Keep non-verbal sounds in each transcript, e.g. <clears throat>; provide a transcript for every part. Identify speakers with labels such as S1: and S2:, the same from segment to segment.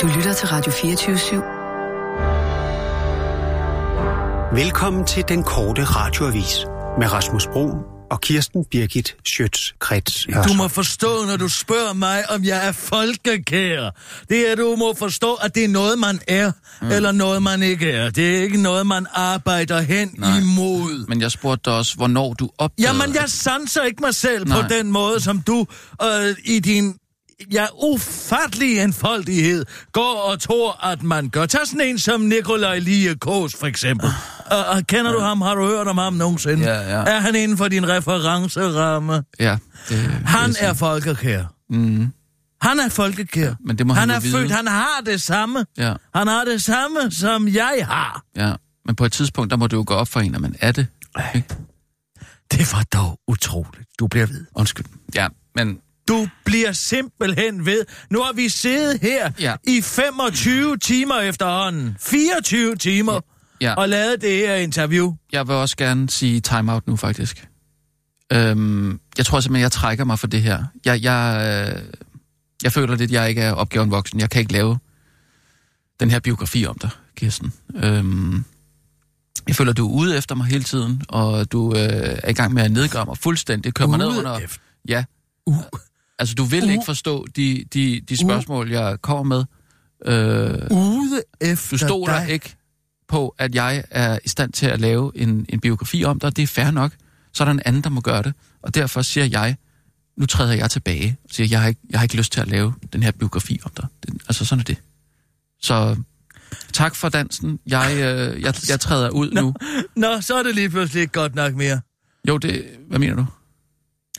S1: Du lytter til Radio 24
S2: Velkommen til den korte radioavis med Rasmus Bro og Kirsten Birgit Schøtz-Krets.
S3: Ah,
S4: Du må forstå, når du spørger mig, om jeg er folkekær. Det er, du må forstå, at det er noget, man er, mm. eller noget, man ikke er. Det er ikke noget, man arbejder hen Nej.
S3: Nej.
S4: imod.
S3: Men jeg spurgte dig også, hvornår du opdagede...
S4: Jamen, jeg sanser ikke mig selv Nej.
S3: Nej.
S4: på den måde, som du øh, i din ja, ufattelig enfoldighed går og tror, at man gør. Tag sådan en som Nikolaj Lige Kås, for eksempel. Uh, uh, kender du ham? Har du hørt om ham nogensinde?
S3: Ah. Ja, ja.
S4: Er han inden for din referenceramme?
S3: Ja, det, vil
S4: Han
S3: jeg sige.
S4: er folkekær. Mm. Han er folkekær.
S3: men det må han
S4: han
S3: jo
S4: er
S3: vide.
S4: født, han har det samme.
S3: Ja.
S4: Han har det samme, som jeg har.
S3: Ja, men på et tidspunkt, der må det jo gå op for en, at man er det. Ikke?
S4: Det var dog utroligt. Du bliver ved.
S3: Undskyld. Ja, men...
S4: Du bliver simpelthen ved. Nu har vi siddet her ja.
S3: Ja.
S4: i 25 timer efterhånden. 24 timer.
S3: Ja.
S4: Og lavet det her interview.
S3: Jeg vil også gerne sige time out nu, faktisk. Øhm, jeg tror simpelthen, jeg trækker mig for det her. Jeg, jeg, øh, jeg føler lidt, jeg ikke er opgaven voksen. Jeg kan ikke lave den her biografi om dig, Kirsten. Øhm, jeg føler, du er ude efter mig hele tiden, og du øh, er i gang med at nedgøre mig fuldstændig. Kør mig ned
S4: Ude
S3: under...
S4: efter-
S3: Ja. Altså, du vil ikke forstå de, de, de spørgsmål, jeg kommer med. Øh,
S4: Ude efter
S3: du stoler
S4: dig.
S3: ikke på, at jeg er i stand til at lave en, en biografi om dig. Det er fair nok. Så er der en anden, der må gøre det. Og derfor siger jeg, nu træder jeg tilbage. Og siger, jeg har, ikke, jeg har ikke lyst til at lave den her biografi om dig. Det, altså, sådan er det. Så tak for dansen. Jeg, øh, jeg, jeg træder ud nu.
S4: Nå, så er det lige pludselig ikke godt nok mere.
S3: Jo, det... Hvad mener du?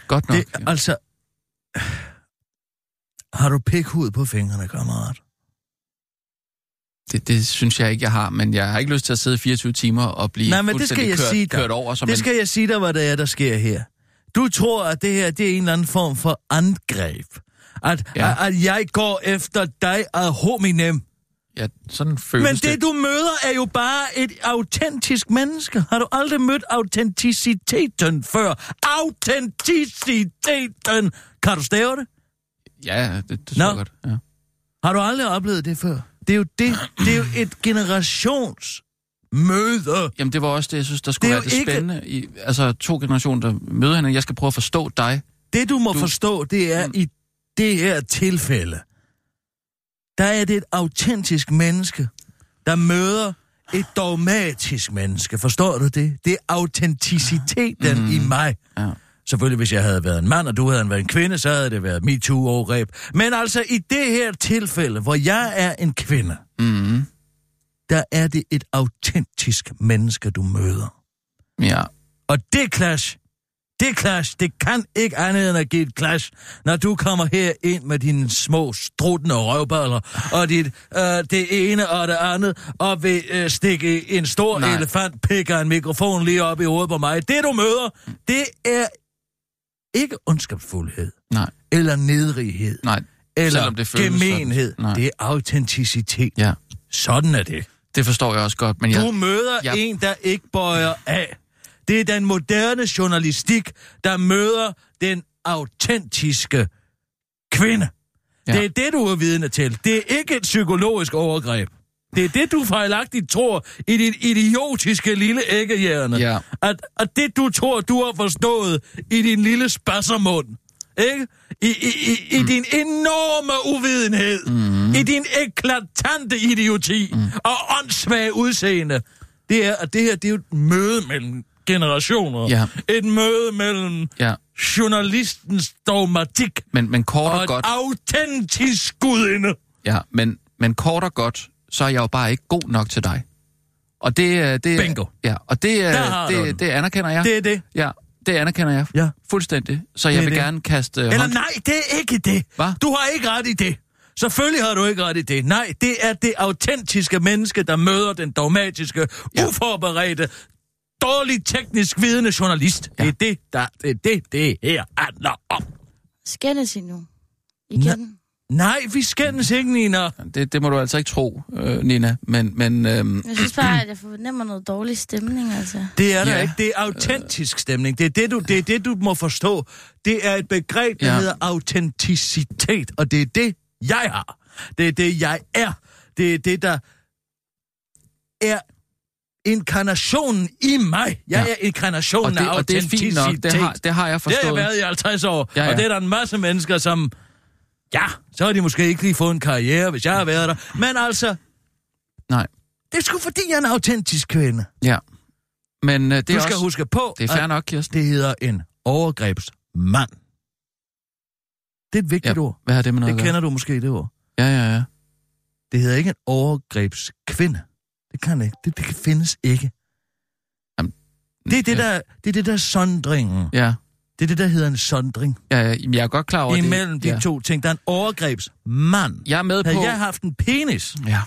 S3: Godt nok.
S4: Det,
S3: ja.
S4: altså... Har du pikhud på fingrene, kammerat?
S3: Det, det synes jeg ikke, jeg har, men jeg har ikke lyst til at sidde 24 timer og blive
S4: Nej, men det skal
S3: fuldstændig
S4: jeg
S3: kørt,
S4: sige dig.
S3: kørt over. Som
S4: det
S3: en-
S4: skal jeg sige dig, hvad det er, der sker her. Du tror, at det her det er en eller anden form for angreb. At, ja.
S3: Ja.
S4: at, at jeg går efter dig ad hominem.
S3: Ja, sådan føles
S4: Men det, du møder, er jo bare et autentisk menneske. Har du aldrig mødt autenticiteten før? Autenticiteten! Kan du stave det?
S3: Ja, det, det
S4: Nå.
S3: tror jeg godt. Ja.
S4: Har du aldrig oplevet det før? Det er jo, det, det er jo et generationsmøde.
S3: Jamen, det var også det, jeg synes, der skulle
S4: Det er jo
S3: det være det
S4: ikke-
S3: spændende. I, altså, to generationer, der møder hinanden. Jeg skal prøve at forstå dig.
S4: Det du må du...
S3: Du-
S4: forstå, det er i det her tilfælde, der er det et autentisk menneske, der møder et dogmatisk menneske. Forstår du det? Det er autenticiteten mm. i mig.
S3: Ja.
S4: Selvfølgelig, hvis jeg havde været en mand, og du havde været en kvinde, så havde det været MeToo-overgreb. Men altså, i det her tilfælde, hvor jeg er en kvinde,
S3: Mm,
S4: der er det et autentisk menneske, du møder.
S3: ja.
S4: Og det clash, det clash, det kan ikke andet end at give et clash, når du kommer her ind med dine små struttende røvballer, og dit, øh, det ene og det andet, og vil øh, stikke en stor Nej.
S3: Nej.
S4: elefant, pikker en mikrofon lige op i hovedet på mig. Det du møder, det er ikke ondskabsfuldhed,
S3: Nej,
S4: eller nedrighed,
S3: nej.
S4: eller
S3: selvom det føles sådan.
S4: gemenhed.
S3: Nej.
S4: Det er autenticitet.
S3: Ja,
S4: Sådan er det.
S3: det forstår jeg også godt, men jeg...
S4: Du møder ja.
S3: Ja.
S4: en, der ikke bøjer af. Det er den moderne journalistik, der møder den autentiske kvinde. Ja.
S3: Ja.
S4: Det er det, du er vidne til. Det er ikke et psykologisk overgreb. Det er det, du fejlagtigt tror i dit idiotiske lille æggehjerne.
S3: Ja.
S4: At, at det, du tror, du har forstået i din lille spassermund. Ikke? I, i, i, i mm. din enorme uvidenhed.
S3: Mm-hmm.
S4: Mm. I din eklatante idioti. Mm. Og åndssvage udseende. Det er, at det her, det er jo et møde mellem generationer.
S3: Ja.
S4: Et møde mellem
S3: Ja.
S4: journalistens dogmatik
S3: Men, men kort og,
S4: og et
S3: godt...
S4: autentisk gudinde.
S3: Ja, men, men kort og godt, så er jeg jo bare ikke god nok til dig. Og det, øh, det
S4: Bingo.
S3: Ja, og det, øh,
S4: Der har du den.
S3: det, det anerkender jeg.
S4: Det er det.
S3: Ja, det anerkender jeg.
S4: Ja.
S3: Fuldstændig. Så
S4: Det
S3: jeg
S4: er
S3: vil
S4: det.
S3: gerne kaste øh,
S4: Eller
S3: hånd-
S4: nej, det er ikke det.
S3: Hvad?
S4: Du har ikke ret i det. Selvfølgelig har du ikke ret i det. Nej, det er det autentiske menneske, der møder den dogmatiske, ja.
S3: Ja.
S4: uforberedte, dårligt teknisk vidende journalist. Ja.
S3: Ja.
S4: Det er det, der, det, er det, det her handler om.
S5: Skændes I nu? Igen?
S4: Nej, vi skændes ikke, Nina.
S3: Det, det må du altså ikke tro, øh, Nina. Men, men øhm,
S5: Jeg synes bare, at jeg fornemmer noget dårlig stemning, altså.
S4: Det er der ja.
S3: Ja.
S4: ikke. Det er autentisk stemning. Det er det, du, det er det, du må forstå. Det er et begreb, der ja.
S3: Ja.
S4: hedder autenticitet, og det er det, jeg har. Det er det, jeg er. Det er det, der er inkarnationen i mig. Jeg
S3: Ja.
S4: ja. er inkarnationen
S3: Og det,
S4: af
S3: og det er fint nok, det har,
S4: autenticitet.
S3: det har jeg
S4: Det har jeg
S3: forstået.
S4: været i 50 år, ja,
S3: Ja, ja.
S4: ja. og det er der en masse mennesker, som... Ja, så har de måske ikke lige fået en karriere, hvis jeg har været der. Men altså,
S3: Nej,
S4: det er sgu fordi, jeg er en autentisk kvinde.
S3: ja. Men øh, det
S4: Det
S3: er
S4: du skal også...
S3: også...
S4: huske på,
S3: Det er fair nok, Kirsten.
S4: det hedder en overgrebsmand. Det er et vigtigt ja, ord.
S3: Hvad har det med noget
S4: Det
S3: at gøre?
S4: kender du måske, det ord.
S3: Ja, ja, ja.
S4: Det hedder ikke en overgrebskvinde. Det kan ikke. Det, det kan findes ikke.
S3: Jamen,
S4: det, er det,
S3: ja.
S4: der, det er det der sondringen. Ja.
S3: Ja,
S4: Det er det, der hedder en sondring.
S3: ja, ja. Jamen, jeg er godt klar over
S4: Og
S3: det.
S4: imellem de
S3: ja.
S4: to ting. Der er en overgrebsmand.
S3: Jeg er med
S4: Havde
S3: på...
S4: jeg haft en penis,
S3: Ja.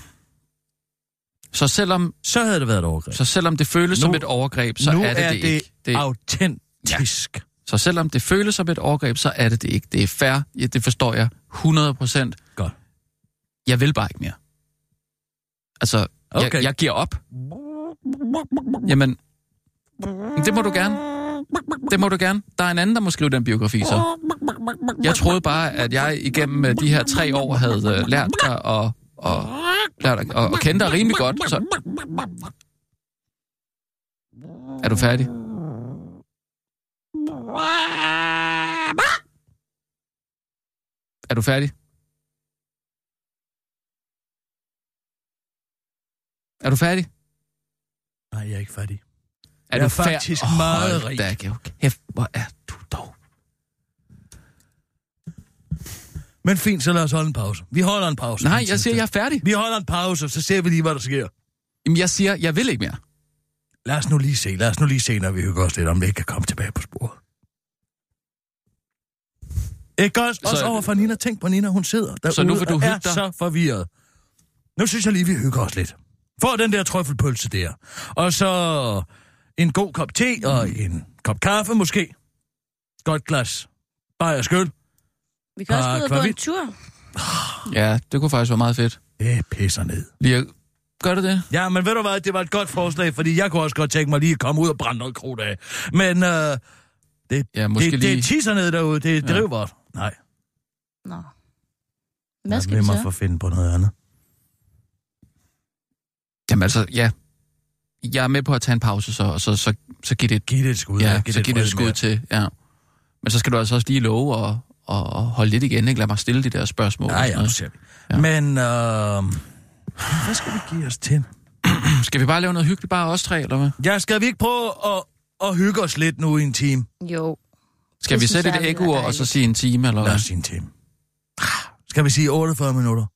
S3: Så selvom,
S4: så havde det været et overgreb.
S3: så selvom det føles nu, som
S4: Nu-
S3: et overgreb, så
S4: nu
S3: er det
S4: er
S3: det,
S4: det
S3: ikke. Det,
S4: autentisk. Ja.
S3: så selvom det føles som et overgreb, så er det det ikke. Det er fair. Ja, det forstår jeg 100 procent.
S4: Godt.
S3: Jeg vil bare ikke mere. Altså, okay. jeg,
S4: Okay.
S3: jeg giver op. Jamen, det må du gerne. Det må du gerne. Der er en anden, der må skrive den biografi så. Jeg troede bare, at jeg igennem øh, de her tre år havde øh, lært dig og, og, lært dig og, og kendte dig rimelig godt. Så... Er du færdig? Er du færdig? Er du færdig?
S4: Nej, jeg er ikke fattig.
S3: Er
S4: Jeg
S3: du
S4: er
S3: færdig?
S4: faktisk meget
S3: Hold
S4: rig.
S3: da kæft, hvor er du dog.
S4: Men fint, så lad os holde en pause. Vi holder en pause.
S3: Nej, jeg siger, jeg er færdig.
S4: Vi holder en pause, så ser vi lige, hvad der sker.
S3: Jamen, jeg siger, jeg vil ikke mere.
S4: Lad os nu lige se, lad os nu lige se, når vi hygger os lidt, om vi ikke kan komme tilbage på sporet. Ikke også,
S3: Så-
S4: så, også over for Nina. Tænk på Nina, hun sidder derude
S3: Så nu vil du
S4: og
S3: hygge
S4: er
S3: dig?
S4: så forvirret. Nu synes jeg lige, vi hygger os lidt. Få den der trøffelpølse der. Og så en god kop te og en kop kaffe måske. Godt glas. Bare skyld.
S5: Vi kan også
S4: Ah,
S5: gå ud og gå
S4: klar, vi-
S5: en tur.
S3: Ja, det kunne faktisk være meget fedt.
S4: Det Øh, pisser ned.
S3: Lige at... Gør du det?
S4: Ja, men ved du hvad, det var et godt forslag, fordi jeg kunne også godt tænke mig lige at komme ud og brænde noget krudt af. Men øh, det,
S3: Ja,
S4: ja,
S3: måske
S4: måske det,
S3: lige-
S4: det tisser ned derude, det ja. driver. Nej,
S5: Nå. Hvad skal
S4: jeg
S5: vi
S4: mig
S5: så?
S4: for at finde på noget andet.
S3: Jamen altså, ja. Jeg er med på at tage en pause, så, og så, så, så giv det et,
S4: Giv det et skud.
S3: ja,
S4: giv
S3: så
S4: et
S3: giv det et
S4: frø
S3: skud
S4: mere.
S3: til. Ja. Men så skal du altså også lige love og, og, og holde lidt igen, ikke? Lad mig stille de der spørgsmål. og
S4: Nej,
S3: sådan
S4: ja, nu ser vi.
S3: Ja.
S4: Ja. Men øh, hvad skal vi give os til?
S3: noget. Skal vi bare lave noget hyggeligt, bare os tre, eller hvad?
S4: Ja, skal vi ikke prøve at, at hygge os lidt nu i en time?
S5: Jo.
S3: Skal
S5: Det
S3: vi
S5: synes
S3: sætte
S5: jeg
S3: et
S5: ville
S3: ekko
S5: være
S3: og så
S5: dejligt.
S3: sige en time, eller
S4: Lad
S3: hvad?
S4: os sige en time. Skal vi sige 48 minutter?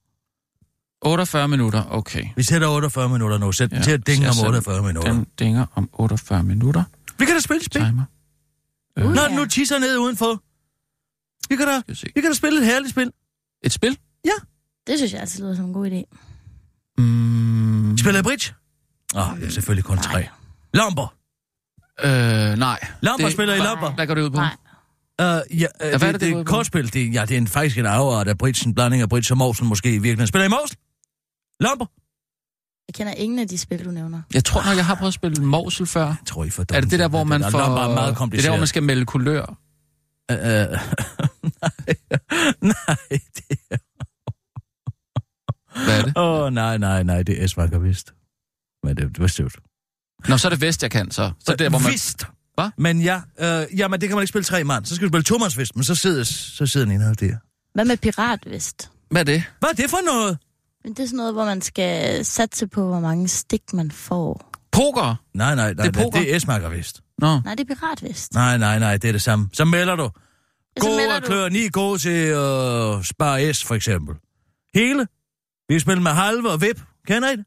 S3: 48 minutter, okay.
S4: Vi sætter 48 minutter nu. Sæt
S3: Ja,
S4: ja, til at dinge
S3: jeg
S4: om
S3: sætter
S4: 48 minutter.
S3: Den dinger om 48 minutter.
S4: Vi kan da spille et spil.
S3: Timer.
S5: Uh,
S4: Når
S5: ja.
S4: den nu tisser ned udenfor. Vi kan da,
S3: Skal vi se.
S4: vi kan da spille et herligt spil.
S3: Et spil?
S5: Det synes jeg altid lyder som en god idé.
S3: Mm,
S4: Spiller jeg bridge? Åh, oh, det er selvfølgelig kun tre. Lamper.
S3: øh, nej.
S4: Lamper
S3: Det-
S4: spiller i lamper.
S3: Hvad går det ud på?
S5: Nej.
S4: Uh, ja, uh,
S3: er
S4: det,
S3: det,
S4: det,
S3: det
S4: det
S3: går ud
S4: er
S3: på?
S4: kortspil. Det, ja, det er en, faktisk en afart af bridge, en blanding af bridge og Morsen måske i virkeligheden. Spiller I Morsen? Lamper?
S5: Jeg kender ingen af de spil, du nævner.
S3: Jeg tror nok, jeg har prøvet at spille Morsel før.
S4: Jeg tror, I for
S3: er det det der, hvor man får...
S4: Lamper er meget
S3: det er der,
S4: kompliceret.
S3: hvor man skal melde kulør.
S4: Øh, <laughs> nej, nej, det er...
S3: Hvad er det?
S4: Åh, oh, nej, nej, nej, det er Svak vist. Men det, det var søvt.
S3: Nå, så er det vest, jeg kan, så. Så er det der, hvor man...
S4: Vist.
S3: Hvad?
S4: Men ja, øh, jamen, det kan man ikke spille tre mand. Så skal du spille to mandsvist, men så sidder, så sidder den ene halv der.
S5: Hvad med piratvest?
S3: Hvad er det?
S4: Hvad er det for noget?
S5: Men det er sådan noget, hvor man skal satse på, hvor mange stik man får.
S3: Poker?
S4: Nej, nej, nej,
S3: Det er
S4: det er,
S3: poker.
S4: det er S-makkervist.
S3: Nå.
S5: Nej, det er piratvest.
S4: Nej, nej, nej, det er det samme. Så melder du.
S5: Ja, så
S4: Gode
S5: melder
S4: og
S5: du.
S4: klør, ni er gode til øh, Spar S, for eksempel. Hele. Vi kan spille med halve og vip. Kender I det?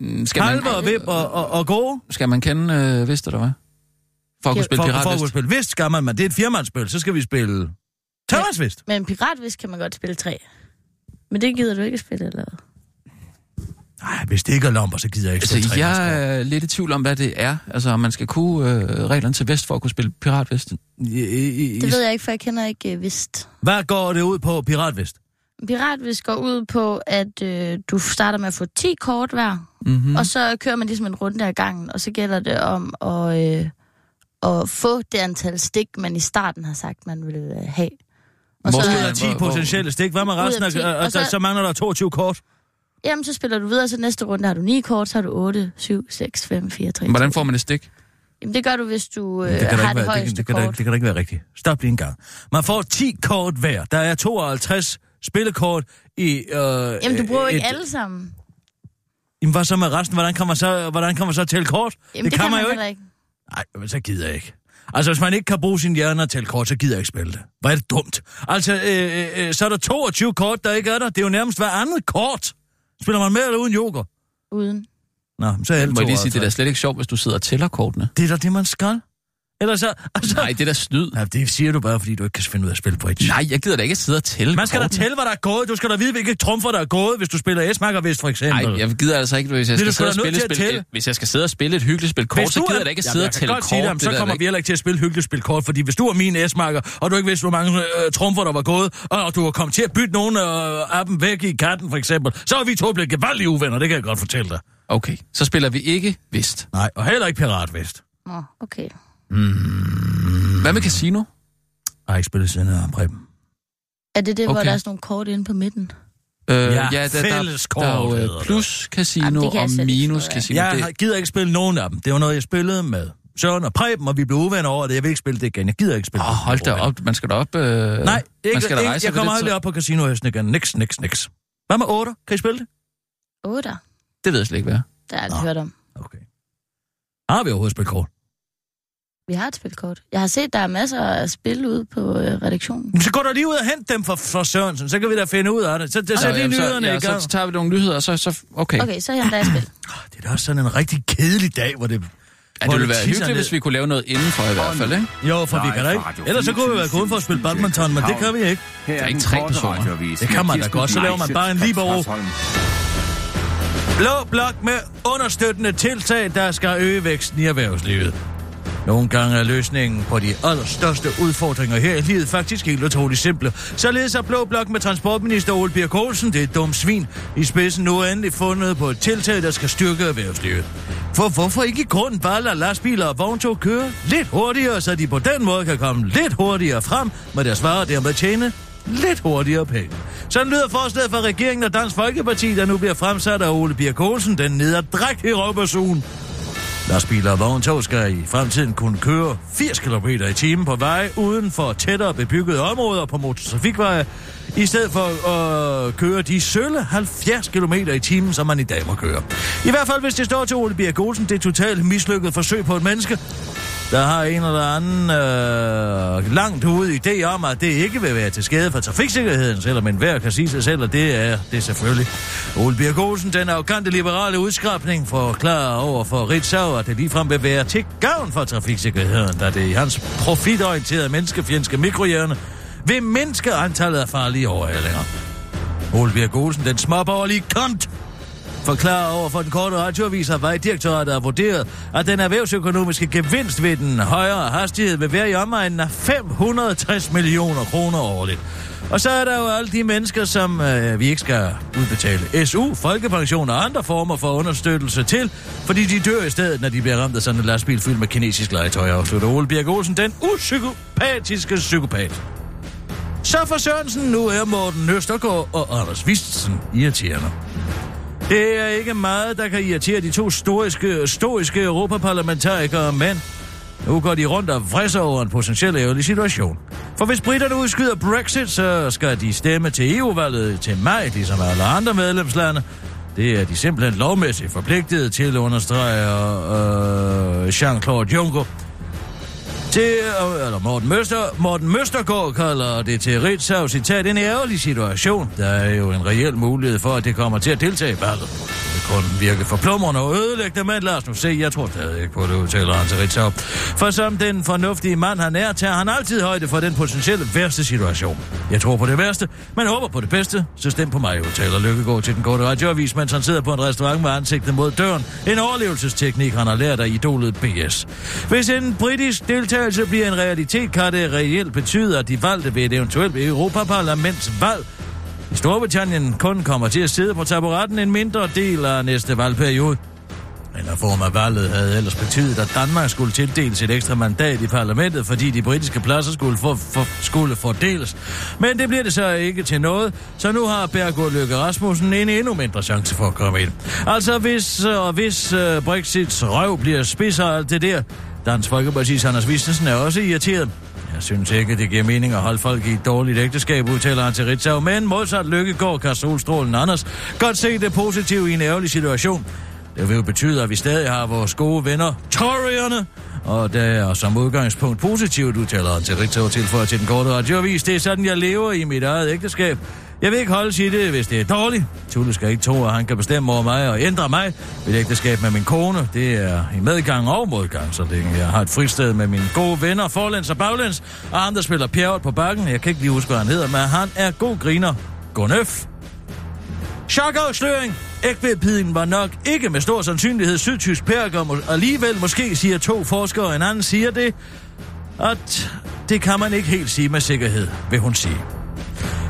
S3: Mm, Skal man,
S4: Halve og vip og, og, og gode.
S3: skal man kende øh, vest, eller hvad? For at kunne
S5: Ja,
S3: spille
S4: for, for at
S3: piratvest?
S4: kunne spille vist skal man, men det er et firmandsspil. Så skal vi spille Tamasvist.
S5: Men piratvest kan man godt spille tre. Men det gider du ikke spille, eller hvad?
S4: Nej, hvis det ikke er lomper, så gider jeg ikke
S3: Altså,
S4: spille tre
S3: jeg
S4: mandsspil.
S3: er lidt i tvivl om, hvad det er. Altså, om man skal kunne øh, reglerne til vest for at kunne spille piratvest.
S4: I- I- I-
S5: Det ved jeg ikke, for jeg kender ikke øh, vist.
S4: Hvad går det ud på piratvist?
S5: Piratvist går ud på, at øh, du starter med at få 10 kort hver,
S4: Mhm.
S3: Mm-hmm.
S5: Og så kører man ligesom en runde af gangen, og så gælder det om at, øh, at få det antal stik, man i starten har sagt, man ville øh, have. Og
S3: Hvor
S5: så,
S3: skal
S4: Ud
S3: man-
S4: af 10
S3: hvor- hvor-
S4: potentielle stik. Hvad med
S5: af
S4: resten?
S5: Altså-
S4: Af,
S5: 10.
S4: og, og,
S5: Og så-
S4: så, så mangler der 22 kort.
S5: jamen, så spiller du videre, så næste runde har du 9 kort, så har du 8, 7, 6, 5, 4, 3.
S3: Hvordan får man et stik?
S5: Jamen, det gør du, hvis du øh,
S4: Det kan, da
S5: har
S4: ikke
S5: det
S4: være, det,
S5: højeste
S4: kan- det, kan,
S5: kort.
S4: da- det kan da ikke være rigtigt. Stop lige en gang. Man får 10 kort hver. Der er 52 spillekort i... Øh,
S5: Jamen, du bruger jo ikke
S4: et-
S5: alle sammen.
S4: Jamen, hvad så med resten? Hvordan kan man så, hvordan kan man så tælle kort?
S5: Jamen, det, det kan man jo ikke. ikke.
S4: Nej, men så gider jeg ikke. Altså, hvis man ikke kan bruge sin hjerne og tælle kort, så gider jeg ikke spille det. Hvor er det dumt. Altså, øh, øh, øh, så er der 22 kort, der ikke er der. Det er jo nærmest hver andet kort. Spiller man med eller uden joker?
S5: Uden.
S4: Nå, men så er det
S3: Må jeg lige sige, det er da
S4: 52.
S3: slet ikke sjovt, hvis du sidder og tæller kortene.
S4: Det er da det, man skal. Eller så... Altså,
S3: Nej, det er da
S4: <laughs>
S3: snyd.
S4: Nej, det siger du bare, fordi du ikke kan finde ud af at spille bridge.
S3: Nej, jeg gider da ikke sidde og tælle
S4: Man skal da
S3: kortene.
S4: tælle, hvad der er gået. Du skal da vide, hvilke trumfer der er gået, hvis du spiller S-makker, hvis for eksempel.
S3: Nej, jeg gider altså ikke, hvis jeg,
S4: Det er du
S3: skal
S4: sgu
S3: sidde og
S4: da nødt
S3: spille,
S4: til at
S3: spil,
S4: tælle.
S3: et, hvis jeg skal sidde og spille et hyggeligt spil kort, så
S4: du er-
S3: gider jeg da ikke at
S4: Jamen,
S3: sidde
S4: jeg
S3: og
S4: kan
S3: tælle
S4: godt
S3: kort.
S4: Sige det, men
S3: det
S4: så
S3: der er
S4: kommer
S3: da
S4: vi heller ikke til at spille hyggeligt spil kort, fordi hvis du er min S-marker, og du ikke vidste, hvor mange øh, trumfer der var gået, og du har kommet til at bytte nogle øh, af dem væk i katten for eksempel, så er vi to blevet gevaldige uvenner, det kan jeg godt fortælle dig.
S3: ikke- Okay, så spiller vi ikke vist.
S4: Nej, og heller ikke piratvest.
S5: Nå, okay.
S4: Hmm.
S3: Hvad med casino?
S4: Jeg har ikke spillet siden af Preben.
S5: Er det det, okay. hvor
S3: Okay.
S5: der er sådan nogle kort inde på midten?
S3: Øh,
S4: fælleskort
S3: der er jo
S4: hedder det.
S3: øh, plus casino
S5: Jamen, det kan jeg
S3: og
S5: slet ikke
S3: minus
S5: finde ud af.
S3: casino.
S4: Jeg
S3: det,
S4: har- gider ikke spille nogen af dem. Det var noget, jeg spillede med Søren og Preben, og vi blev uvenner over det. Jeg vil ikke spille det igen. Jeg gider ikke spille
S3: Åh,
S4: det.
S3: hold da op, man skal da op... Øh,
S4: Nej, ikke,
S3: man skal da
S4: ikke,
S3: rejse
S4: jeg
S3: sig
S4: kommer
S3: ved det,
S4: aldrig op på casinohesten igen. Niks, niks, niks. Hvad med 8? Kan I spille det?
S5: Åh, der.
S3: så- Det ved jeg slet ikke, hvad. er.
S5: Der har jeg aldrig
S4: Nå.
S5: hørt om.
S4: Okay. Har vi overhovedet spillet kort?
S5: Vi har et spilkort. Jeg har set, der er masser af spil ude på øh, redaktionen.
S4: Men Så går der lige ud og hent dem fra, fra Sørensen, så kan vi da finde ud af det. Så, så, så
S3: Nå,
S4: det er
S3: jamen,
S4: nyhederne
S3: så,
S4: i gang.
S3: ja, så tager vi nogle nyheder, og så... så okay. okay.
S5: Okay, så henter jeg et spil.
S4: Det er da også sådan en rigtig kedelig dag, hvor det...
S3: Ja,
S4: hvor
S3: det ville være
S4: tisser
S3: hyggeligt,
S4: ned.
S3: hvis vi kunne lave noget indenfor i hvert fald, ikke?
S4: Jo, for vi kan da ikke. Ellers så kunne vi være gået for at spille badminton, men det kan vi ikke.
S6: Her
S3: er ikke tre personer.
S4: Det kan man da godt. Så laver man bare en libero. Blå blok med understøttende tiltag, der skal øge væksten i erhvervslivet. Nogle gange er løsningen på de allerstørste udfordringer her i livet faktisk helt utrolig simple. Således har Blå Blok med transportminister Ole Birk Olsen, det er et dumt svin, i spidsen nu endelig fundet på et tiltag, der skal styrke erhvervslivet. For hvorfor ikke i grunden bare lade lastbiler og vogntog køre lidt hurtigere, så de på den måde kan komme lidt hurtigere frem med deres varer og dermed tjene lidt hurtigere penge. Sådan lyder forslaget fra regeringen og Dansk Folkeparti, der nu bliver fremsat af Ole Birk Olsen, den nederdrægtige røvperson, Lastbiler og vogntog skal i fremtiden kunne køre 80 km i timen på vej uden for tættere bebyggede områder på motortrafikveje, i stedet for at øh, køre de sølle 70 km i timen, som man i dag må køre. I hvert fald, hvis det står til Ole Birk Olsen, det er totalt mislykket forsøg på et menneske, der har en eller anden øh, langt ude idé om, at det ikke vil være til skade for trafiksikkerheden, selvom enhver kan sige sig selv, at det er det selvfølgelig. Ole Birk Olsen, den arrogante liberale udskrabning, forklarer over for Ritzau, at det ligefrem vil være til gavn for trafiksikkerheden, da det i hans profitorienterede menneskefjendske mikrohjerne vil mindske antallet af farlige overhældinger. Ole Birk Olsen, den småborgerlige kont, forklarer over for den korte radioavis, at Vejdirektoratet har vurderet, at den erhvervsøkonomiske gevinst ved den højere hastighed vil være i omegnen af 560 millioner kroner årligt. Og så er der jo alle de mennesker, som øh, vi ikke skal udbetale SU, folkepension og andre former for understøttelse til, fordi de dør i stedet, når de bliver ramt af sådan en lastbil fyldt med kinesisk legetøj, afslutter Ole Birk Olsen, den upsykopatiske psykopat. Så for Sørensen nu er Morten Østergaard og Anders Vistsen irriterende. Det er ikke meget, der kan irritere de to stoiske, stoiske europaparlamentarikere, men nu går de rundt og vrisser over en potentiel ærgerlig situation. For hvis britterne udskyder Brexit, så skal de stemme til EU-valget til maj, ligesom alle andre medlemslande. Det er de simpelthen lovmæssigt forpligtet til, understreger øh, Jean-Claude Juncker. Til, øh, eller Morten, Møster, Morten Møstergaard kalder det til Ritzau, citat, en ærgerlig situation. Der er jo en reel mulighed for, at det kommer til at deltage i valget. Det kunne virke forplumrende og ødelæggende, men lad os nu se, jeg tror stadig ikke på det, udtaler han til Ritzau. For som den fornuftige mand han er, tager han altid højde for den potentielle værste situation. Jeg tror på det værste, men håber på det bedste, så stem på mig, udtaler Lykkegaard til den korte radioavis, mens han sidder på en restaurant med ansigtet mod døren. En overlevelsesteknik, han har lært af idolet BS. Hvis en britisk deltagelse bliver en realitet, kan det reelt betyde, at de valgte ved et eventuelt Europaparlamentsvalg i Storbritannien kun kommer til at sidde på taburetten en mindre del af næste valgperiode. En reform af valget havde ellers betydet, at Danmark skulle tildeles et ekstra mandat i parlamentet, fordi de britiske pladser skulle, for, for, skulle fordeles. Men det bliver det så ikke til noget, så nu har Bergur Løkke Rasmussen en endnu mindre chance for at komme ind. Altså hvis, og hvis øh, Brexits røv bliver spidser og alt det der, Dansk Folkeparti's Anders Vistesen er også irriteret. Jeg synes ikke, det giver mening at holde folk i et dårligt ægteskab, udtaler han til Ritzau, men modsat Lykkegaard kan solstrålen Anders godt se det positive i en ærgerlig situation. Det vil jo betyde, at vi stadig har vores gode venner, Toryerne, og det er som udgangspunkt positivt, udtaler han til Ritzau tilføjer til den korte radioavis. Det er sådan, jeg lever i mit eget ægteskab. Jeg vil ikke holde sig i det, hvis det er dårligt. Tulle skal ikke tro, at han kan bestemme over mig og ændre mig. Mit ægteskab med min kone, det er i medgang og modgang, så længe jeg har et fristed med mine gode venner, forlæns og baglæns, og ham, der spiller Pjerrot på bakken. Jeg kan ikke lige huske, hvad han hedder, men han er god griner. Gunnøf. Chokafsløring! Ægtvedpiden var nok ikke med stor sandsynlighed sydtysk perker, og alligevel måske siger to forskere, og en anden siger det, at det kan man ikke helt sige med sikkerhed, vil hun sige.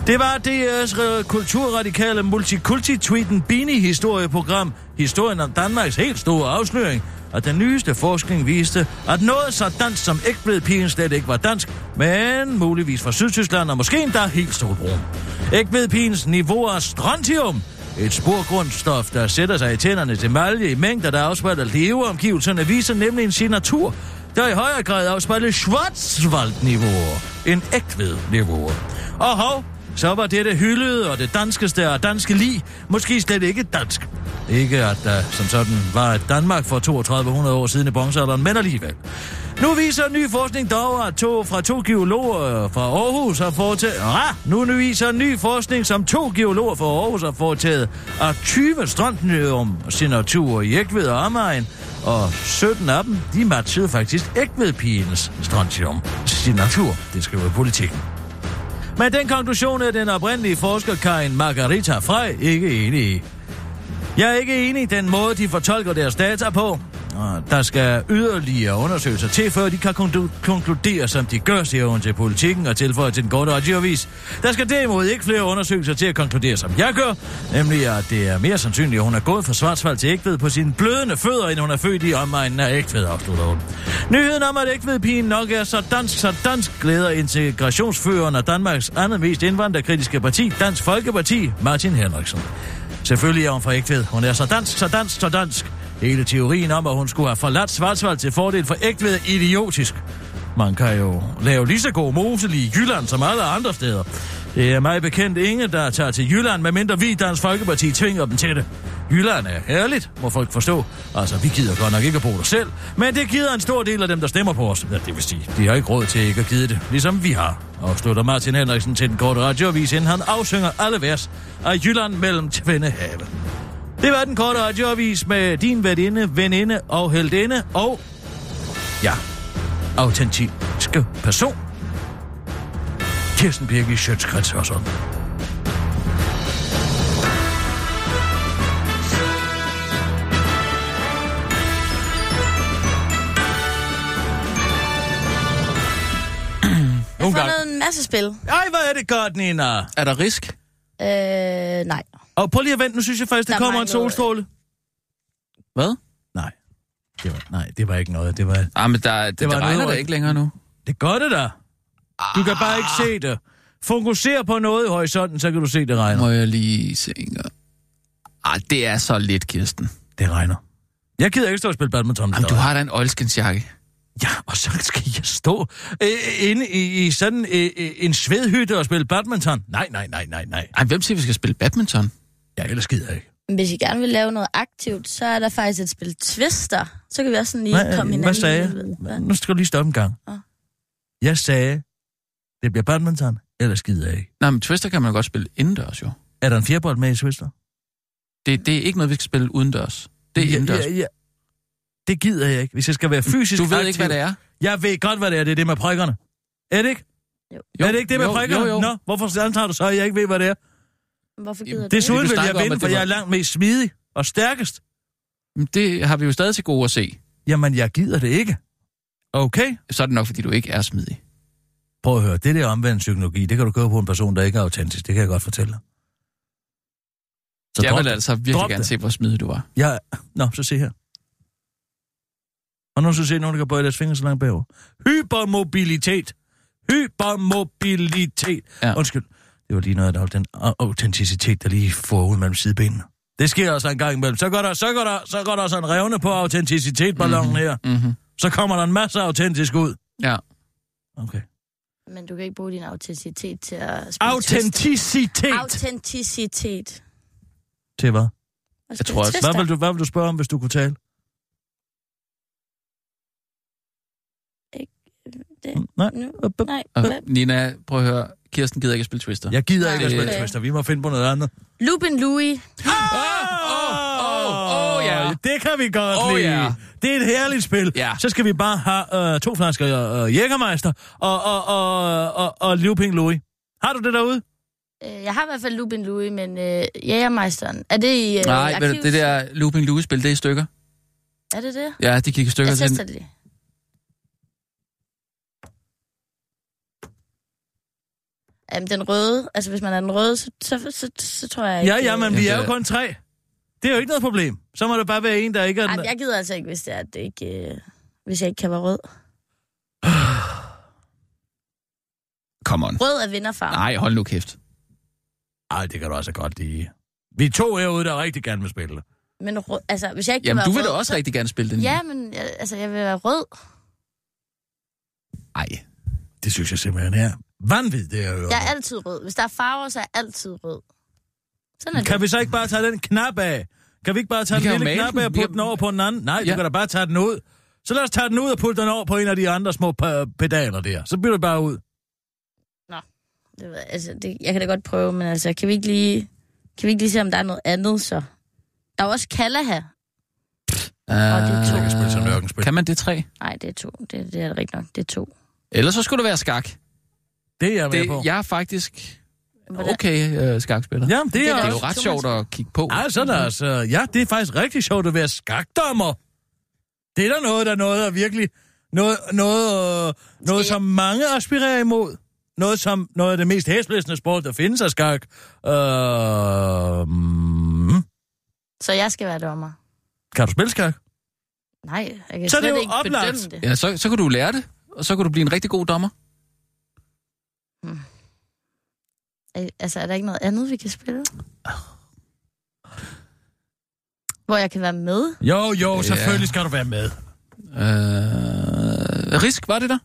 S4: Det var DR's re- kulturradikale multikulti-tweeten Bini-historieprogram, historien om Danmarks helt store afsløring, og den nyeste forskning viste, at noget så dansk som ægtvedpigen slet ikke var dansk, men muligvis fra Sydtyskland og måske endda helt solbrun. Ægtvedpigens niveau af strontium, et sporgrundstof, der sætter sig i tænderne til malje i mængder, der afspejler leveomgivelserne, viser nemlig en signatur, der i højere grad afspejler Schwarzwald-niveauer, en ægtved-niveauer. Og hov, så var dette hyldede og det danskeste og danske lig måske slet ikke dansk. Ikke at der som sådan var et Danmark for 3200 år siden i bronzealderen, men alligevel. Nu viser ny forskning dog, at to fra to geologer fra Aarhus har foretaget... Ah, nu nu viser ny forskning, som to geologer fra Aarhus har foretaget, at 20 strandnøum-signaturer i Ægved og Amagen, og 17 af dem, de matchede faktisk Ægvedpigens strontium-signatur. Det skriver politikken. Men den konklusion er den oprindelige forsker Karin Margarita Frey ikke enig i. Jeg er ikke enig i den måde, de fortolker deres data på. Og Der skal yderligere undersøgelser til, før de kan konklu- konkludere, som de gør, siger hun til politikken og tilføjer til den korte radioavis. Der skal derimod ikke flere undersøgelser til at konkludere, som jeg gør, nemlig at det er mere sandsynligt, at hun er gået fra Svartsvald til Ægtved på sine blødende fødder, end hun er født i omegnen af Ægtved, afslutter hun. Nyheden om, at Ægtvedpigen nok er så dansk, så dansk glæder integrationsføreren af Danmarks andet mest indvandrerkritiske parti, Dansk Folkeparti, Martin Henriksen. Selvfølgelig er hun fra Ægtved. Hun er så dansk, så dansk, så dansk. Hele teorien om, at hun skulle have forladt Svartsvald til fordel for Ægtved, er idiotisk. Man kan jo lave lige så god mosel i Jylland som alle andre steder. Det er mig bekendt ingen, der tager til Jylland, medmindre vi i Dansk Folkeparti tvinger dem til det. Jylland er herligt, må folk forstå. Altså, vi gider godt nok ikke at bo der selv, men det gider en stor del af dem, der stemmer på os. Ja, det vil sige, de har ikke råd til ikke at gide det, ligesom vi har. Afslutter Martin Henriksen til den korte radioavis, inden han afsynger alle vers af Jylland mellem Tvendehave. Det var den korte radioavis med din værtinde, veninde og heldinde og... Ja, autentiske person. Kirsten Birgit Sjøtskrets og sådan.
S5: Jeg
S4: Nogle
S5: har
S4: gange.
S5: fundet en masse spil.
S4: Ej, hvor er det godt, Nina.
S3: Er der risk?
S5: Øh, nej.
S4: Og prøv lige at vente, nu synes jeg faktisk, der,
S5: Der
S4: kommer en
S5: manglede-
S4: solstråle.
S3: Hvad?
S4: Nej. Det var, nej, det var ikke noget. Det, var,
S3: Ah, men der, det, det,
S4: var
S3: der
S4: en
S3: regner der
S4: udrykning.
S3: ikke længere nu.
S4: det gør det da. Du kan bare ikke se det. Fokuser på noget i horisonten, så kan du se, det regner.
S3: Må jeg lige se en gang. Ah, det er så lidt, Kirsten.
S4: Det regner. Jeg gider ikke stå og spille badminton. med
S3: Jamen,
S4: dig.
S3: du har da en oldskensjakke.
S4: Ja, og så skal jeg stå øh, inde i, i sådan øh, øh, en svedhytte og spille badminton. Nej, nej, nej, nej, nej.
S3: Ej, hvem siger, vi skal spille badminton?
S4: Ja, ellers gider jeg ikke.
S5: Hvis I gerne vil lave noget aktivt, så er der faktisk et spil Twister. Så kan vi også sådan lige
S4: Hvad,
S5: komme hinanden.
S4: hvad sagde jeg?
S5: i helvede. Hvad?
S4: Nu skal du lige stoppe en gang.
S5: Nå.
S4: Jeg sagde, det bliver badminton, ellers gider jeg ikke.
S3: Nej, men Twister kan man jo godt spille indendørs, jo.
S4: Er der en fjerbold med i Twister?
S3: Det, det er ikke noget, vi skal spille udendørs. Det er indendørs.
S4: ja. Det gider jeg ikke, hvis jeg skal være fysisk
S3: Du ved
S4: aktiv.
S3: ikke, hvad det er.
S4: Jeg ved godt, hvad det er. Det er det med prikkerne. Er det ikke? Jo. Er det ikke det med
S3: jo,
S4: prikkerne?
S3: Jo, jo.
S4: Nå, hvorfor antager du så, at jeg ikke ved, hvad det er?
S5: Hvorfor gider du
S4: Desuden
S3: vi
S4: vil jeg
S3: snakker om,
S4: vinde,
S3: at det
S4: for jeg
S3: var-
S4: er langt mest smidig og stærkest.
S3: Men Det har vi jo stadig til gode at se.
S4: Jamen, jeg gider det ikke. Okay?
S3: Så er det nok, fordi du ikke er smidig.
S4: Prøv at høre, det der omvendt psykologi, det kan du køre på en person, der ikke er autentisk. Det kan jeg godt fortælle dig. Så
S3: jeg
S4: drop
S3: vil
S4: det.
S3: altså virkelig
S4: Drop
S3: gerne
S4: det.
S3: se, hvor smidig du var.
S4: Jeg... Nå, så se her. Og nu så se nogen, der kan bøje deres fingre så langt bagover. Hypermobilitet. Hypermobilitet.
S3: Ja.
S4: Ja. Undskyld. Det var lige noget af den au- autenticitet, der lige får ud mellem sidebenene. Det sker også en gang imellem. Så går der, så går der, så går der sådan en revne på autenticitetballonen mm-hmm. her.
S3: Mm-hmm.
S4: Så kommer der en masse autentisk ud.
S3: Ja.
S4: Okay.
S5: Men du kan ikke bruge din autenticitet til at... spille twister.
S4: Autenticitet.
S5: Autenticitet.
S4: Til hvad?
S5: At
S3: Jeg
S5: spille
S3: tror også-
S5: twister.
S4: Hvad vil, du, hvad vil du spørge om, hvis du kunne tale?
S5: Det,
S4: Hm? Mm, Nej.
S5: nu,
S4: Op, op.
S5: nej, hvad?
S3: Og Nina, prøv at høre. Kirsten gider ikke at spille Twister.
S4: Jeg gider ikke at
S3: Nej.
S4: spille
S5: Okay.
S4: twister. Vi må finde på noget andet.
S5: Lupin Louis.
S3: Åh, åh, åh, ja.
S4: Det kan vi godt
S3: Åh,
S4: lide.
S3: ja.
S4: Det er et herligt spil.
S3: Ja.
S4: Så skal vi bare have øh, to flasker øh, Jægermeister og, og, og, og, og Liuping Louis. Har du det derude?
S5: Øh, Jeg har i hvert fald Lupin Louis, men øh, Jægermeisteren. Er det i øh,
S3: Nej, men
S5: arkivet?
S3: det der Looping Louis-spil, det er i stykker.
S5: Er det det?
S3: Ja, det gik i stykker.
S5: Jeg
S3: til-
S5: tester det lige. Jamen, den røde, altså hvis man er den røde, så, så, så, så, så tror jeg ikke... øh,
S4: Ja, ja, men vi
S3: Ja,
S4: er jo
S3: det-
S4: kun tre. Det er jo ikke noget problem. Så må det bare være en, der ikke er
S5: Ej,
S4: den...
S5: men jeg gider altså ikke, hvis det er, at det ikke... Øh, hvis jeg ikke kan være rød.
S3: Come on.
S5: Rød er vinderfarve.
S3: Nej, hold nu kæft.
S4: Ej, det kan du altså godt lide. Vi er to herude, der rigtig gerne vil spille.
S5: Men rød, altså, hvis jeg ikke
S3: Jamen,
S5: kan
S3: du
S5: være
S3: vil
S5: rød,
S3: da også rigtig gerne spille den.
S5: Ja, men jeg, altså, jeg vil være rød.
S3: Nej.
S4: Det synes jeg simpelthen er vanvittigt, det her jo.
S5: Jeg er altid rød. Hvis der er farver, så er jeg altid rød. Sådan er
S4: Kan
S5: det.
S4: vi så ikke bare tage den knap af? Kan vi ikke bare tage
S3: Vi kan
S4: den
S3: jo
S4: lille
S3: male
S4: knap
S3: den.
S4: af og
S3: Vi
S4: putte
S3: kan-
S4: den over på en anden? Nej,
S3: Ja.
S4: du kan da bare tage den ud. Så lad os tage den ud og putte den over på en af de andre små pe- pedaler der. Så bytter det bare ud.
S5: det ved jeg, altså, det, jeg kan da godt prøve, men altså, kan vi ikke lige, kan vi ikke lige se, om der er noget andet så? Der er jo også Kalaha.
S3: Uh,
S5: det er to. Jeg
S4: kan spille sådan et ørkenspil.
S3: Kan man det tre?
S5: Nej, det er to. Det, det er rigtigt nok. Det er to.
S3: Ellers så skulle det være skak.
S4: Det er jeg med på.
S3: Det, jeg er faktisk
S5: Hvordan-
S3: okay øh, skakspiller.
S4: Ja, det
S5: Det
S4: er
S5: er
S3: Det
S4: jeg
S3: er jo
S4: også.
S3: ret sjovt at kigge på.
S4: Ej, så er der altså... Ja, det er faktisk rigtig sjovt at være skakdommer. Det er der noget, der er noget, der virkelig... Noget, noget, øh, noget
S5: Skal
S4: som mange aspirerer imod. Noget som noget af det mest hæsblæsende sport, der findes af skak. Øh, mm.
S5: Så jeg skal være dommer.
S4: kan du spille skak?
S5: Nej, jeg kan
S4: Så er
S5: slet
S4: det jo
S5: ikke
S4: oplagt.
S5: bedømme det.
S3: Ja, så, så kan du lære det, og så kan du blive en rigtig god dommer.
S5: Øh, Altså, er der ikke noget andet, vi kan spille? Hvor jeg kan være med?
S4: Jo, jo,
S3: Ja.
S4: selvfølgelig skal du være med.
S3: Øh, risk, var det der?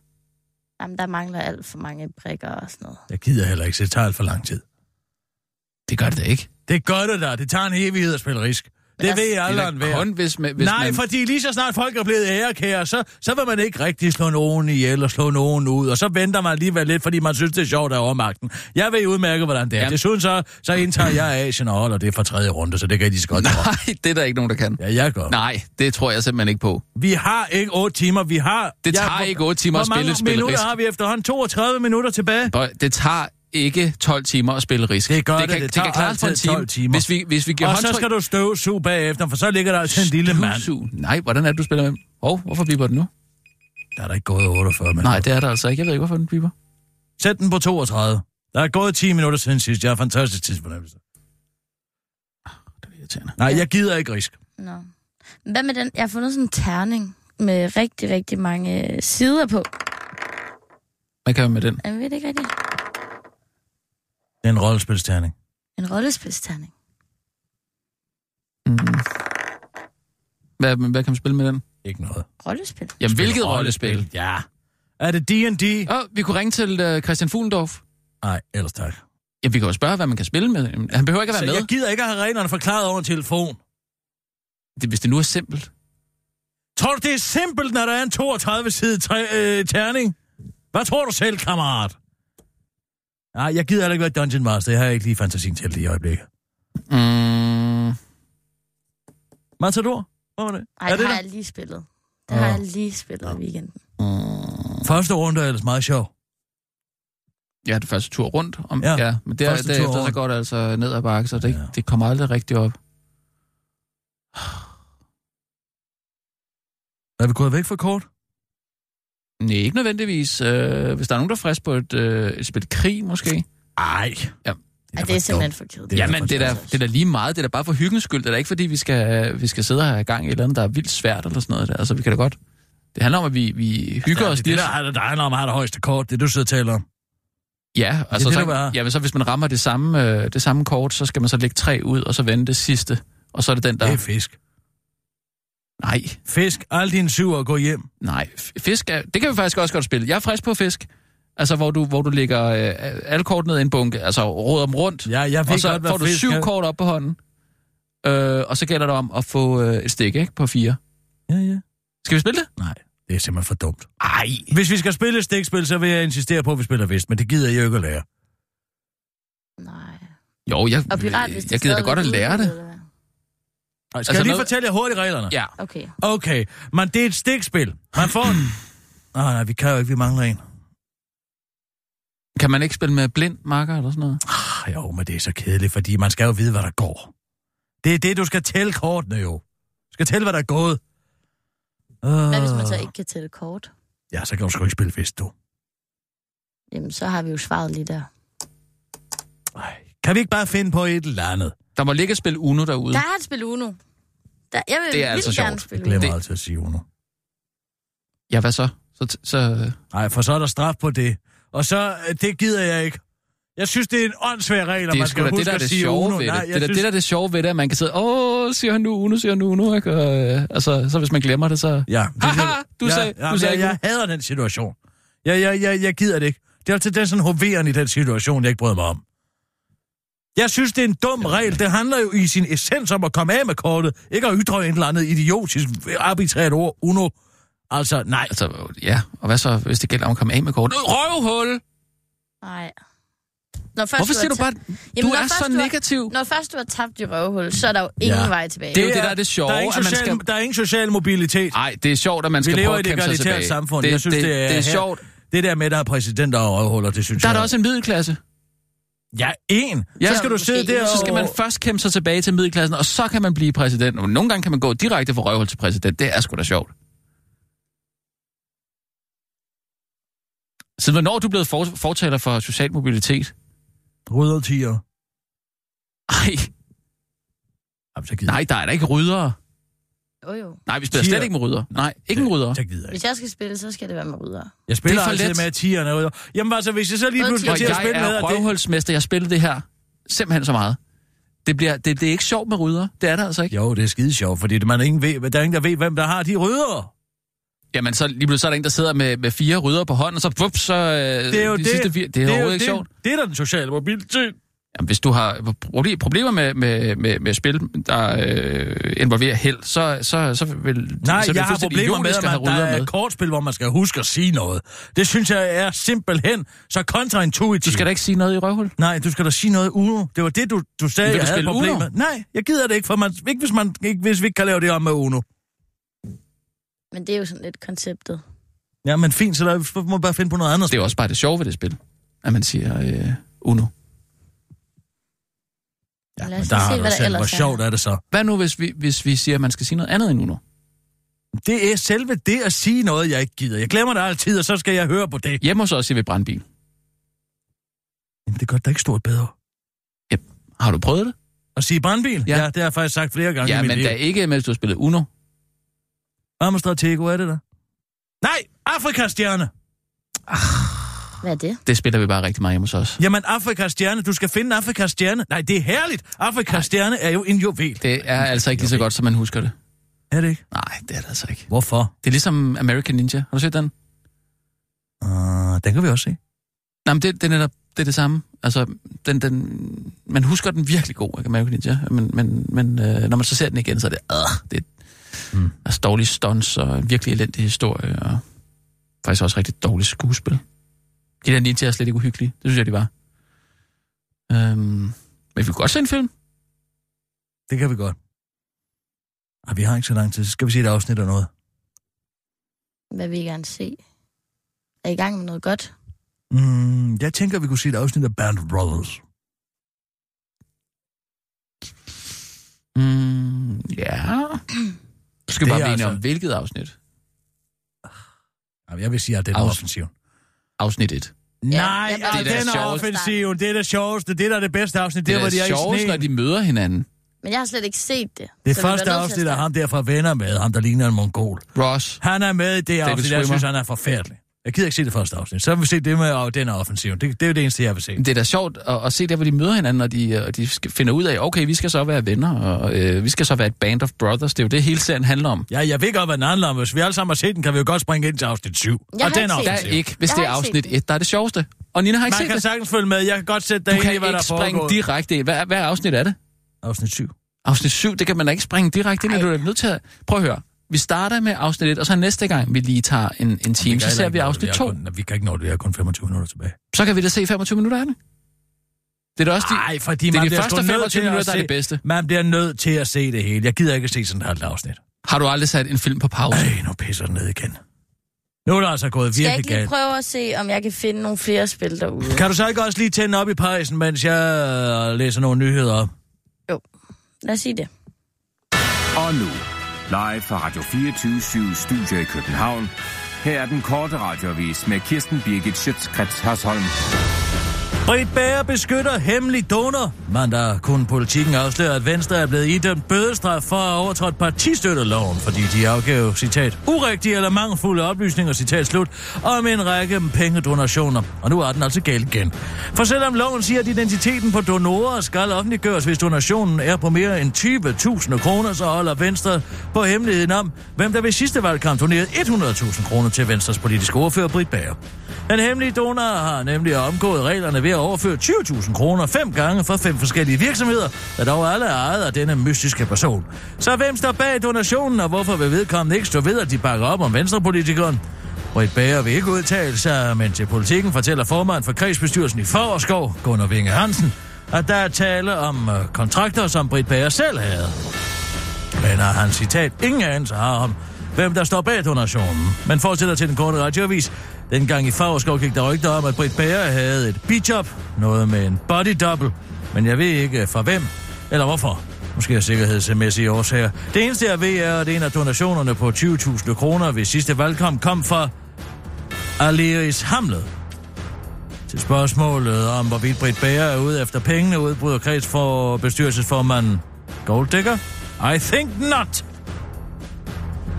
S5: Jamen, der mangler alt for mange brikker og sådan noget.
S4: Jeg gider heller ikke, så det tager alt for lang tid.
S3: Det gør det da ikke.
S4: Det gør det da, det tager en evighed at spille risk. Det
S5: der-
S4: ved jeg
S3: det
S4: aldrig,
S3: er
S4: en
S3: da
S4: værd.
S3: kun, hvis, man- hvis
S4: Nej,
S3: man...
S4: fordi lige så snart folk er blevet ærekære, så, så vil man ikke rigtig slå nogen ihjel og slå nogen ud, og så venter man alligevel lidt, fordi man synes, det er sjovt at have overmagten. Jeg ved udmærke, hvordan det er.
S3: Jamen.
S4: Jamen. Desuden så, så indtager jeg Asien og holder det for tredje runde, så det kan de så godt gøre.
S3: <laughs> Nej, det er der ikke nogen, der kan.
S4: Ja, jeg gør.
S3: Nej, det tror jeg simpelthen ikke på.
S4: Vi har ikke 8 timer, vi har...
S3: Det tager
S4: hvor-
S3: ikke otte timer at
S4: Hvor mange
S3: spille et spil
S4: minutter
S3: Risk.
S4: har vi efterhånden? 32 minutter tilbage?
S3: Prøv, Det tager ikke 12 timer at spille risk.
S4: Det gør det.
S3: kan,
S4: Det tager
S3: kan klare sig en
S4: altid
S3: time.
S4: 12 timer.
S3: Hvis vi, hvis vi giver
S4: Og så
S3: håndtryk...
S4: skal du støvsuge bagefter, for så ligger der altså en lille mand.
S3: Støvsug. Nej, hvordan er det, du spiller med? dem? Hov, hvorfor biber den nu?
S4: Der er da ikke gået 48 minutter.
S3: Nej, det er der altså ikke. Jeg ved ikke, hvorfor den biber.
S4: Sæt den på 32. Der er gået 10 minutter siden sidst. Jeg har fantastisk tidsfornemmelse.
S3: Det er irriterende.
S4: Nej, jeg gider ikke risk.
S5: Nå. Hvad med den? Jeg har fundet sådan en terning med rigtig, rigtig mange øh, sider på.
S3: Hvad kan man med den?
S5: Jeg ved det ikke rigtigt.
S4: Det er en rollespilsterning.
S5: En rollespilsterning.
S3: Mm. Hvad, men hvad kan man spille med den?
S4: Ikke noget.
S5: Rollespil.
S3: Jamen,
S4: Spil
S3: hvilket rollespil?
S4: Ja. Er det D&D?
S3: Åh, vi kunne ringe til øh, Christian Fuglendorf.
S4: Nej, ellers tak.
S3: Ja, vi kan jo spørge, hvad man kan spille med. Jamen, Han behøver ikke at
S4: Så
S3: være
S4: jeg
S3: med.
S4: gider ikke at have reglerne forklaret over en telefon.
S3: Det, hvis det nu er simpelt.
S4: Tror du, det er simpelt, når der er en 32-side tre- øh, terning? Hvad tror du selv, kammerat? Nej, jeg gider heller ikke være Dungeon Master. Jeg har ikke lige fantasien til det i øjeblikket.
S3: Mm.
S4: Matador? Hvor var det?
S5: Ej,
S4: er
S5: det
S4: det
S5: har
S4: der?
S5: jeg lige spillet. Det har
S4: Åh.
S5: jeg lige spillet i weekenden.
S4: Første runde er ellers meget sjov.
S3: Ja, det er første tur rundt. Om, ja.
S4: Ja,
S3: ja, men der,
S4: første tur
S3: derefter så
S4: rundt.
S3: går det altså ned ad bakke, så det, ja.
S4: Ja.
S3: det kommer aldrig rigtigt op.
S4: Er vi gået væk fra kort?
S3: Nej, ikke nødvendigvis. Øh, hvis der er nogen, der er frisk på et, øh, et spil krig, måske.
S4: Ej.
S3: Ja.
S5: Ej, det
S4: for
S5: er
S4: dumt.
S5: simpelthen for kedeligt.
S4: Det er
S3: Jamen,
S4: for
S3: det er, da,
S5: sjovt.
S3: det er da lige meget. Det er da bare for hyggens skyld. Det er da ikke, fordi vi skal, vi skal sidde og have gang i et eller andet, der er vildt svært eller sådan noget der. Altså, vi kan da godt Det handler om, at vi, vi hygger
S4: Ja,
S3: os
S4: det, det,
S3: lidt.
S4: der, er- der handler om, at har det højeste kort, det er du sidder og taler om.
S3: Ja, altså,
S4: det,
S3: det,
S4: du
S3: det,
S4: bare-
S3: så, ja, men så hvis man rammer det samme, øh, det samme kort, så skal man så lægge tre ud, og så vende det sidste. Og så er det den, der...
S4: Det er fisk.
S3: Nej,
S4: Fisk, alle dine syver og gå hjem.
S3: nej. f- Fisk er, Det kan vi faktisk også godt spille. Jeg er frisk på fisk. Altså, hvor du, hvor du lægger øh, alle kort ned i en bunke. Altså, råd om rundt.
S4: Ja, jeg ved
S3: og så
S4: godt, hvad
S3: får du
S4: fisk
S3: syv
S4: er.
S3: kort op på hånden. Øh, og så gælder det om at få øh, et stik, ikke? På fire.
S4: Ja, ja.
S3: Skal vi spille det?
S4: Nej, det er simpelthen for dumt.
S3: Ej.
S4: Hvis vi skal spille et stikspil, så vil jeg insistere på, at vi spiller vist, men det gider jeg jo ikke at lære.
S5: Nej.
S3: Jo, jeg,
S5: Og pirat, hvis det
S3: jeg gider da
S5: stadigvæk
S3: godt at lære
S5: udvider,
S3: det.
S5: eller hvad?
S4: Skal altså
S3: Altså
S4: jeg lige
S3: noget-
S4: fortælle jer hurtigt reglerne?
S3: Ja.
S5: Okay.
S4: Okay, men det er et stikspil. Man får en... <clears throat> Nej, nej, vi kan jo ikke, vi mangler en.
S3: Kan man ikke spille med blind marker eller sådan noget?
S4: Ah, jo, men det er så kedeligt, fordi man skal jo vide, hvad der går. Det er det, du skal tælle kortene jo. Du skal tælle, hvad der er gået.
S5: Hvad
S4: Uh,
S5: hvis
S3: Ah.
S5: man så ikke kan tælle kort?
S4: Ja, så kan du sgu ikke spille vist, du.
S5: Jamen, så har vi jo svaret lige der.
S3: Mm.
S4: Ej. Kan vi ikke bare finde på et eller andet?
S3: Der må ligge et spil Uno derude.
S5: Der er et spil Uno. Der, jeg vil
S3: Det er altså
S5: vildt gerne
S3: sjovt.
S5: spille
S4: Glemmer
S5: Uno.
S4: det... altid at sige Uno.
S3: Ja, hvad så? Så, t- så øh,
S4: Nej, for så er der straf på det. Og så, øh, det gider jeg ikke. Jeg synes, det er en åndssvær regel, at
S3: det er
S4: man
S3: sgu
S4: skal
S3: da
S4: huske
S3: det, der er
S4: at
S3: det
S4: sige
S3: sjove
S4: Uno.
S3: ved
S4: Nej,
S3: det.
S4: jeg
S3: Det er da
S4: synes,
S3: det, der er det sjove ved det, at man kan sidde, åh, siger han nu Uno, siger han nu Uno, ikke? Og, øh, altså, så hvis man glemmer det, så...
S4: Ja,
S3: Haha, du
S4: ja,
S3: sagde-
S4: ja,
S3: du sagde
S4: jeg,
S3: ikke
S4: jeg hader den situation. Jeg, jeg, jeg, jeg gider det ikke. Det er altid den sådan hoveren i den situation, jeg ikke bryder mig om. Jeg synes, det er en dum regel. Det handler jo i sin essens om at komme af med kortet. Ikke at ytre et eller andet idiotisk, arbitrært ord, uno. Altså, nej.
S3: Altså, ja, og hvad så, hvis det gælder om at komme af med kortet? Øh, Røvhul!
S5: Nej. Når først
S3: Hvorfor
S5: har
S3: siger du
S5: tabt-
S3: bare,
S5: Jamen,
S3: du
S5: når
S3: er
S5: først
S3: så
S5: du har-
S3: negativ?
S5: Når først du har tabt i røvhul, så er der jo ingen
S4: Ja.
S5: vej tilbage.
S3: Det er jo det, der er det sjove,
S4: der er ingen
S3: at man
S4: social,
S3: skal...
S4: der er ingen social mobilitet.
S3: Nej, det er sjovt, at man
S4: Vi
S3: skal
S4: lever
S3: prøve
S4: i
S3: at
S4: et
S3: kæmpe sig tilbage.
S4: egalitært samfund. jeg synes, det,
S3: det, det er
S4: her-
S3: sjovt.
S4: Det der med, der er præsidenter og røvhuller, det synes
S3: Der er
S4: jeg...
S3: der også en middelklasse.
S4: Ja, en. Ja,
S3: Ja,
S4: så skal du
S5: måske
S4: sidde
S5: en.
S4: der
S3: Så skal man først kæmpe sig tilbage til middelklassen, og så kan man blive præsident. Og Nogle gange kan man gå direkte fra røvhul til præsident. Det er sgu da sjovt. Så hvornår er du blevet for, fortaler for social mobilitet?
S4: Ryddertiger.
S3: Ej,
S4: Jamen, så gider
S3: nej, der er da ikke ryddere.
S5: Jo, jo.
S3: Nej, vi spiller
S4: Tiger.
S3: slet ikke med ryddere. Nej, ikke med ryddere.
S4: Så gider jeg
S5: Hvis jeg skal spille, så skal det være med rydder.
S4: Jeg spiller
S3: Det er for
S4: altid
S3: let.
S4: med at tierne er ude. Jamen altså, hvis jeg så lige
S5: Både
S4: pludselig
S5: tier-
S4: skal
S3: Og
S4: til at
S3: jeg
S4: spille med,
S3: er
S4: at det...
S3: røvhulsmester. Jeg spillede det her simpelthen så meget. Det, bliver, det, det er ikke sjovt med ryddere. Det er det altså ikke.
S4: Jo, det er skide sjovt, fordi man ingen ved, der er ingen, der ved, hvem der har de rydder.
S3: Jamen, så lige pludselig så er der en, der sidder med, med fire ryddere på hånden, og så, vup, så øh,
S4: Det er jo
S3: de
S4: det.
S3: sidste fire. Det er,
S4: jo
S3: overhovedet ikke
S4: det.
S3: sjovt.
S4: Det er da den sociale mobilitet.
S3: Jamen, hvis du har proble- problemer med, med, med, med spil, der øh, involverer held, så, så, så vil
S4: Nej,
S3: så er det
S4: jeg har
S3: fuldstændig
S4: problemer med,
S3: ironisk
S4: at
S3: have
S4: man, der
S3: rydder
S4: er
S3: med.
S4: et kortspil, hvor man skal huske at sige noget. Det synes jeg er simpelthen så kontraintuitivt.
S3: Du skal da ikke sige noget i røvhul.
S4: Nej, du skal da sige noget Uno. Det var det, du, du sagde,
S3: Vil du
S4: jeg havde
S3: spille Uno?
S4: problemer. Nej, jeg gider det ikke, for man, ikke, hvis, man, ikke, hvis vi ikke kan lave det om med Uno.
S5: Men det er jo sådan lidt konceptet.
S4: Ja, men fint, så der, må vi bare finde på noget andet.
S3: Det er jo også bare det sjove ved det spil, at man siger øh, Uno.
S4: Ja,
S5: Lad
S4: men
S5: os
S4: der
S5: se,
S4: har
S5: hvad
S4: du
S5: der
S4: selv, hvor
S5: ellers er.
S4: sjovt er det så.
S3: Hvad nu, hvis vi, hvis vi siger, at man skal sige noget andet end Uno?
S4: Det er selve det at sige noget, jeg ikke gider. Jeg glemmer det altid, og så skal jeg høre på det.
S3: Hjemme hos os siger vi brandbil.
S4: Jamen, det gør det da ikke stort bedre.
S3: Har du prøvet det?
S4: At sige brandbil? Ja.
S3: Ja.
S4: ja, det har jeg faktisk sagt flere gange
S3: Ja,
S4: i mit
S3: men
S4: liv.
S3: da ikke, mens du har spillet Uno.
S4: Amstrad Tego, er det der? Nej, Afrikastjerne.
S5: Hvad er det?
S3: Det spiller vi bare rigtig meget hjemme hos os.
S4: Jamen, Afrikastjerne, du skal finde Afrikastjerne. Nej, det er herligt. Afrikastjerne er jo en juvel.
S3: Det er altså ikke lige så godt, som man husker det.
S4: Er det ikke?
S3: Nej, det er det altså ikke.
S4: Hvorfor?
S3: Det er ligesom American Ninja. Har du set den?
S4: Uh, den kan vi også se.
S3: Nej, men det, det er netop det, er det samme. Altså, den, den, man husker den virkelig god, ikke? American Ninja, men, men, men øh, når man så ser den igen, så er det, øh, det
S4: Mm.
S3: mm. er dårlige stunts og en virkelig elendig historie, og faktisk også rigtig dårligt skuespil. De der ninja er slet ikke uhyggelige, det synes jeg, de var. Øhm, men vi kunne godt se en film.
S4: Det kan vi godt. Ej, vi har ikke så lang tid. Så skal vi se et afsnit eller noget.
S5: Hvad vil I gerne se? Er I i gang med noget godt?
S4: Mm, jeg tænker, vi kunne se et afsnit af Band of Brothers.
S3: Mm, ja. Så skal
S4: Det
S3: vi bare
S4: er
S3: blive enige
S4: altså-
S3: om, hvilket afsnit?
S4: Ej, jeg vil sige, at det er
S3: Afs-
S4: offensiv.
S3: Afsnit 1.
S4: Nej,
S5: jeg
S4: ja,
S5: bare-
S4: det
S3: Det er
S4: den
S3: da
S4: er
S3: sjovest.
S4: offensiven. Det er det sjoveste. Det er da det bedste afsnit.
S3: Det,
S4: Det,
S3: det
S4: var
S3: er
S4: de
S3: da
S4: er i
S3: sjovest, når
S4: sneen.
S3: de møder hinanden.
S5: Men jeg har slet ikke set det.
S4: Det første
S5: så vi bliver nødt til at
S4: afsnit er
S5: snakke.
S4: ham der fra Venner med, ham der ligner en mongol.
S3: Ross.
S4: Han er med i det
S3: David
S4: afsnit, jeg
S3: Schwimmer.
S4: synes, han er forfærdelig. Jeg gider ikke se det første afsnit. Så vil vi se det med og den er offensiv. Det, det er jo det eneste, jeg vil se.
S3: Det er da sjovt at, at se der, hvor de møder hinanden, og de, øh, og de skal- finder ud af, okay, vi skal så være venner, og øh, vi skal så være et band of brothers. Det er jo det, hele serien handler om.
S4: Ja, jeg ved godt, hvad den handler om. Hvis vi alle sammen har set den, kan vi jo godt springe ind til afsnit 7.
S5: Jeg
S4: og
S5: har
S4: den
S5: ikke
S4: er
S5: set
S3: Der er
S4: offensiv.
S3: ikke, hvis
S5: Jeg
S3: det er
S5: har ikke set
S3: afsnit
S5: det.
S3: 1, der er det sjoveste. Og Nina har ikke
S4: Man kan
S3: set det.
S4: sagtens følge med. Jeg kan godt sætte dig
S3: Du
S4: ind i,
S3: kan
S4: hvad der
S3: ikke springe
S4: foregår.
S3: direkte ind. Hvad, hvad er afsnit af det?
S4: Afsnit 7.
S3: Afsnit 7, det kan man da ikke springe direkte ind. i.
S5: Ej.
S3: Du er nødt til at... Prøv at høre. Vi starter med afsnit 1, og så næste gang, vi lige tager en, en time, så ser vi afsnit 2.
S4: Kun, vi kan ikke nå det. Vi har kun 25 minutter tilbage.
S3: Så kan vi da se 25 minutter af det. Det er da også de,
S4: Nej, fordi
S3: det
S4: man
S3: er de
S4: bliver
S3: første
S4: sgu nødt
S3: 25
S4: til at
S3: minutter, der er
S4: se-
S3: det bedste.
S4: Man bliver nødt til at se det hele. Jeg gider ikke se sådan et halvt afsnit.
S3: Har du aldrig sat en film på pause?
S4: Ej, nu pisser den ned igen. Nu er der altså gået
S5: Skal jeg
S4: virkelig
S5: ikke lige
S4: galt.
S5: prøve at se, om jeg kan finde nogle flere spil derude?
S4: Kan du så ikke også lige tænde op i pejsen, mens jeg øh, læser nogle nyheder op?
S5: Lad os sige det.
S6: Og nu, live fra Radio 24 Studio i København. Her er den korte radiovis med Kirsten Birgit Schøtzgrads Hasholm.
S4: Britt Bager beskytter hemmelig donor. Mandag kunne politikken afsløre, at Venstre er blevet idømt bødestraf for at have overtrådt partistøtteloven, fordi de afgav, citat, urigtige eller mangelfulde oplysninger, citat slut, om en række pengedonationer. Og nu er den altså galt igen. For selvom loven siger, at identiteten på donorer skal offentliggøres, hvis donationen er på mere end 20.000 kroner, så holder Venstre på hemmeligheden om, hvem der ved sidste valgkamp donerede 100.000 kroner til Venstres politiske ordfører Britt Bager. Den hemmelige donor har nemlig omgået reglerne ved at overføre 20.000 kroner fem gange fra fem forskellige virksomheder, der dog alle er ejet af denne mystiske person. Så hvem står bag donationen, og hvorfor vil vedkommende ikke stå ved, at de bakker op om venstrepolitikeren? Britt Bager vil ikke udtale sig, men til politikken fortæller formanden for kredsbestyrelsen i Favreskov, Gunnar Vinge Hansen, at der er tale om øh, kontrakter, som Britt Bager selv havde. Men har han citat ingen anelse har om, hvem der står bag donationen. Men fortsætter til den korte radioavis. Dengang i Favreskov gik der rygter om, at Britt Bager havde et bijob, noget med en body double, men jeg ved ikke fra hvem eller hvorfor. Måske af sikkerhedsmæssige årsager. Det eneste jeg ved er, at en af donationerne på 20.000 kroner ved sidste valgkamp kom fra Aliris Hamlet. Til spørgsmålet om, hvorvidt Britt Bager er ude efter pengene, udbryder kreds for bestyrelsesformanden Golddigger. I think not.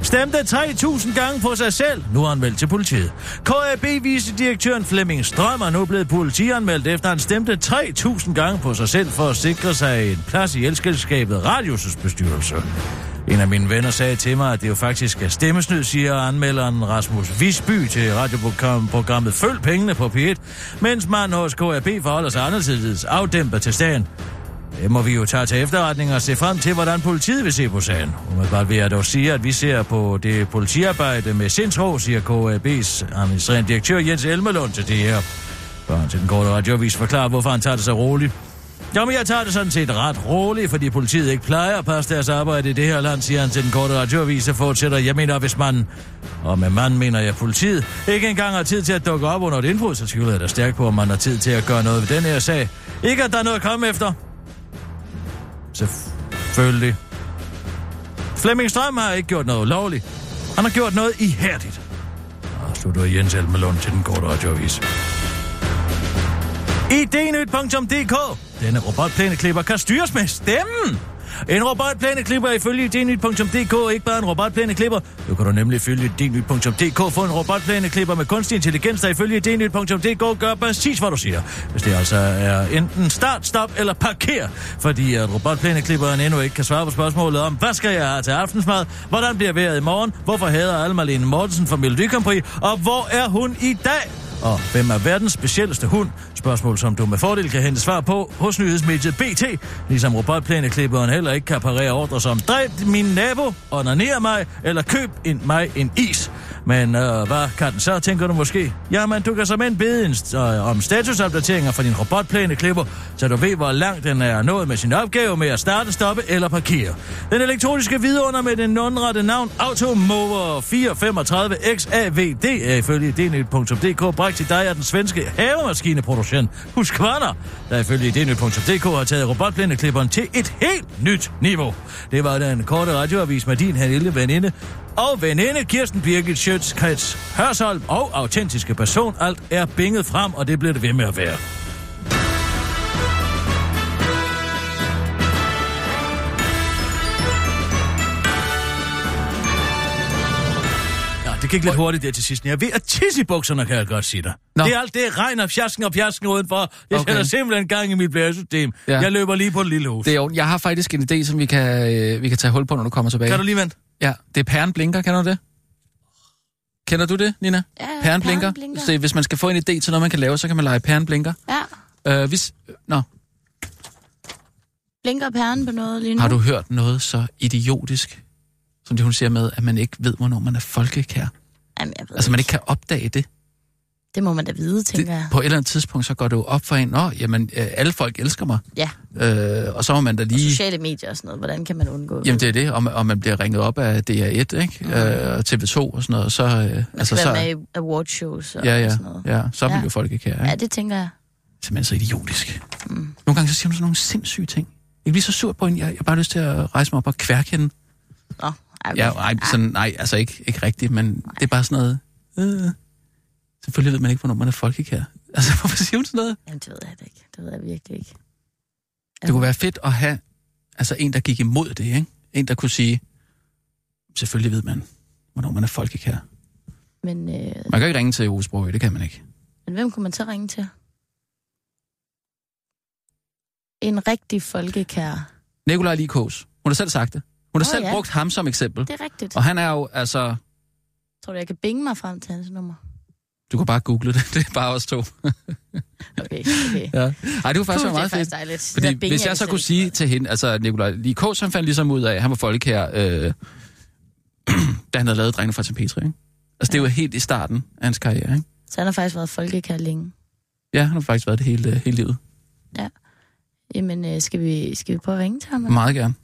S4: Stemte 3.000 gange på sig selv. Nu er han meldt til politiet. KAB vicedirektøren Flemming Strøm er nu blevet politianmeldt, efter han stemte 3.000 gange på sig selv for at sikre sig en plads i elskabet Radius' bestyrelse. En af mine venner sagde til mig, at det jo faktisk er stemmesnyd, siger anmelderen Rasmus Visby til radioprogrammet Følg pengene på P1, mens man hos KAB forholder sig anderledes afdæmpet til sagen. Det må vi jo tage til efterretning og se frem til, hvordan politiet vil se på sagen. Umiddelbart vil jeg dog sige, at vi ser på det politiarbejde med sindsro, siger KAB's administrerende direktør Jens Elmelund til det her. Børn til den korte radiovis forklarer, hvorfor han tager det så roligt. Jamen, jeg tager det sådan set ret roligt, fordi politiet ikke plejer at passe deres arbejde i det her land, siger han til den korte radioavis og fortsætter. Jeg mener, hvis man, og med mand mener jeg politiet, ikke engang har tid til at dukke op under et indbrud, så tvivler jeg da stærkt på, om man har tid til at gøre noget ved den her sag. Ikke, at der er noget at komme efter. Selvfølgelig. Flemming Strøm har ikke gjort noget ulovligt. Han har gjort noget ihærdigt. Og slutter Jens Elmelund til den korte radioavis. Idnyt.dk Denne robotplæneklipper kan styres med stemmen. En robotplæneklipper er ifølge dnyt.dk ikke bare en robotplæneklipper. Nu kan du nemlig følge dnyt.dk få en robotplæneklipper med kunstig intelligens, der ifølge dnyt.dk gør præcis, hvad du siger. Hvis det altså er enten start, stop eller parker, fordi at robotplæneklipperen endnu ikke kan svare på spørgsmålet om, hvad skal jeg have til aftensmad, hvordan bliver vejret i morgen, hvorfor hader Almalene Mortensen fra Melodi Grand Prix, og hvor er hun i dag? Og hvem er verdens specielleste hund? Spørgsmål, som du med fordel kan hente svar på hos nyhedsmediet BT. Ligesom robotplæneklipperen heller ikke kan parere ordre som dræb min nabo, onaner mig eller køb en, mig en is. Men øh, hvad kan den så, tænker du måske? Jamen, du kan såmænd bede en, st- øh, om statusopdateringer fra din robotplæneklipper, så du ved, hvor langt den er nået med sin opgave med at starte, stoppe eller parkere. Den elektroniske vidunder med den nonrette navn Automover 435XAVD er ifølge dnyt.dk bragt til dig af den svenske havemaskineproducent Husqvarna, der ifølge dnyt.dk har taget robotplæneklipperen til et helt nyt niveau. Det var den korte radioavis med din hele veninde og veninde Kirsten Birgit Schøtz, Krets Hørsholm og autentiske person. Alt er binget frem, og det bliver det ved med at være. det gik lidt hurtigt der til sidst. men Jeg er ved at tisse i bukserne, kan jeg godt sige dig.
S3: Nå.
S4: Nå. Det er alt det regn og fjasken og fjasken udenfor. Det
S3: Okay.
S4: okay. sætter simpelthen gang i mit blæresystem.
S3: Ja.
S4: Ja. Jeg løber lige på et lille hus.
S3: Det
S4: Det...
S3: er jo, jeg har faktisk en idé, som vi kan, øh, vi kan tage hul på, når du kommer tilbage.
S4: Kan du lige vente?
S3: Ja, det er pæren blinker, kender du det? Kender du det, Nina?
S5: Ja, ja,
S3: pæren
S5: Pæren
S3: blinker.
S5: Blinker.
S3: Så hvis man skal få en idé til noget, man kan lave, så kan man lege pæren blinker.
S5: Ja,
S3: Øh, hvis, nå,
S5: blinker pæren på noget lige nu.
S3: har du hørt noget så idiotisk, som det hun siger med, at man ikke ved, hvornår man er folkekær?
S5: Jamen, jeg ved
S3: Altså, man ikke kan opdage det.
S5: Det må man da vide, tænker jeg.
S3: det på et eller andet tidspunkt, så går det jo op for en, nå, jamen, øh, alle folk elsker mig.
S5: Ja,
S3: Øh, og så må man da lige...
S5: sociale medier og sådan noget. Hvordan kan man undgå
S3: Jamen, det er det, og man, og man bliver ringet op af DR1, ikke? Mm. Øh, og TV2 og sådan noget, og så... Øh,
S5: Man skal
S3: så,
S5: være med i awardshows og,
S3: ja, ja,
S5: og sådan noget.
S3: ja, så er man
S5: Ja.
S3: jo folkekær, ikke?
S5: Ja, det tænker jeg.
S3: simpelthen så idiotisk. Mm. Nogle gange så siger hun sådan nogle sindssyge ting. Jeg bliver så sur på hende, jeg, jeg har bare lyst til at rejse mig op og kværke hende.
S5: Nå, ej,
S3: Ja, nej, sådan, nej altså ikke, ikke rigtigt, men det er bare sådan noget... Øh, selvfølgelig ved man ikke, hvornår man er folkekær. <laughs> Altså, hvorfor siger hun sådan noget?
S5: Jamen, det ved jeg da ikke. Det ved jeg virkelig ikke.
S3: Det kunne være fedt at have altså, en, der gik imod det, ikke? En, der kunne sige, selvfølgelig ved man, hvornår man er folkekær.
S5: Men, øh,
S3: Man kan ikke ringe til Ove Sprogøe, det kan man ikke.
S5: men hvem kunne man så ringe til? En rigtig folkekær.
S3: Nikolaj Likos, hun har selv sagt det. Hun har
S5: Åh,
S3: oh, selv
S5: ja.
S3: ja. brugt ham som eksempel.
S5: Det er rigtigt.
S3: Og han er jo, altså,
S5: Tror du, jeg kan binge mig frem til hans nummer?
S3: du kan bare google det, <laughs> det er bare os to.
S5: Okay, okay.
S3: Ja. Ej, det kunne faktisk
S5: Puh,
S3: være
S5: det er
S3: meget fedt.
S5: faktisk dejligt. Det der
S3: Fordi
S5: binge,
S3: hvis
S5: jeg
S3: jeg så
S5: slet
S3: kunne
S5: ikke
S3: sige
S5: forstår.
S3: til hende, altså Nikolaj Likos, han fandt ligesom ud af, at han var folkekær, øh, <clears throat> da han havde lavet Drengene fra St. Petri, ikke? Altså, det var helt i starten af hans karriere, ikke?
S5: Så han har faktisk været folkekær længe.
S3: Ja, han har faktisk været det hele, øh, hele livet.
S5: Jamen, øh, skal, vi, skal vi prøve at ringe til ham? eller?
S3: Meget gerne.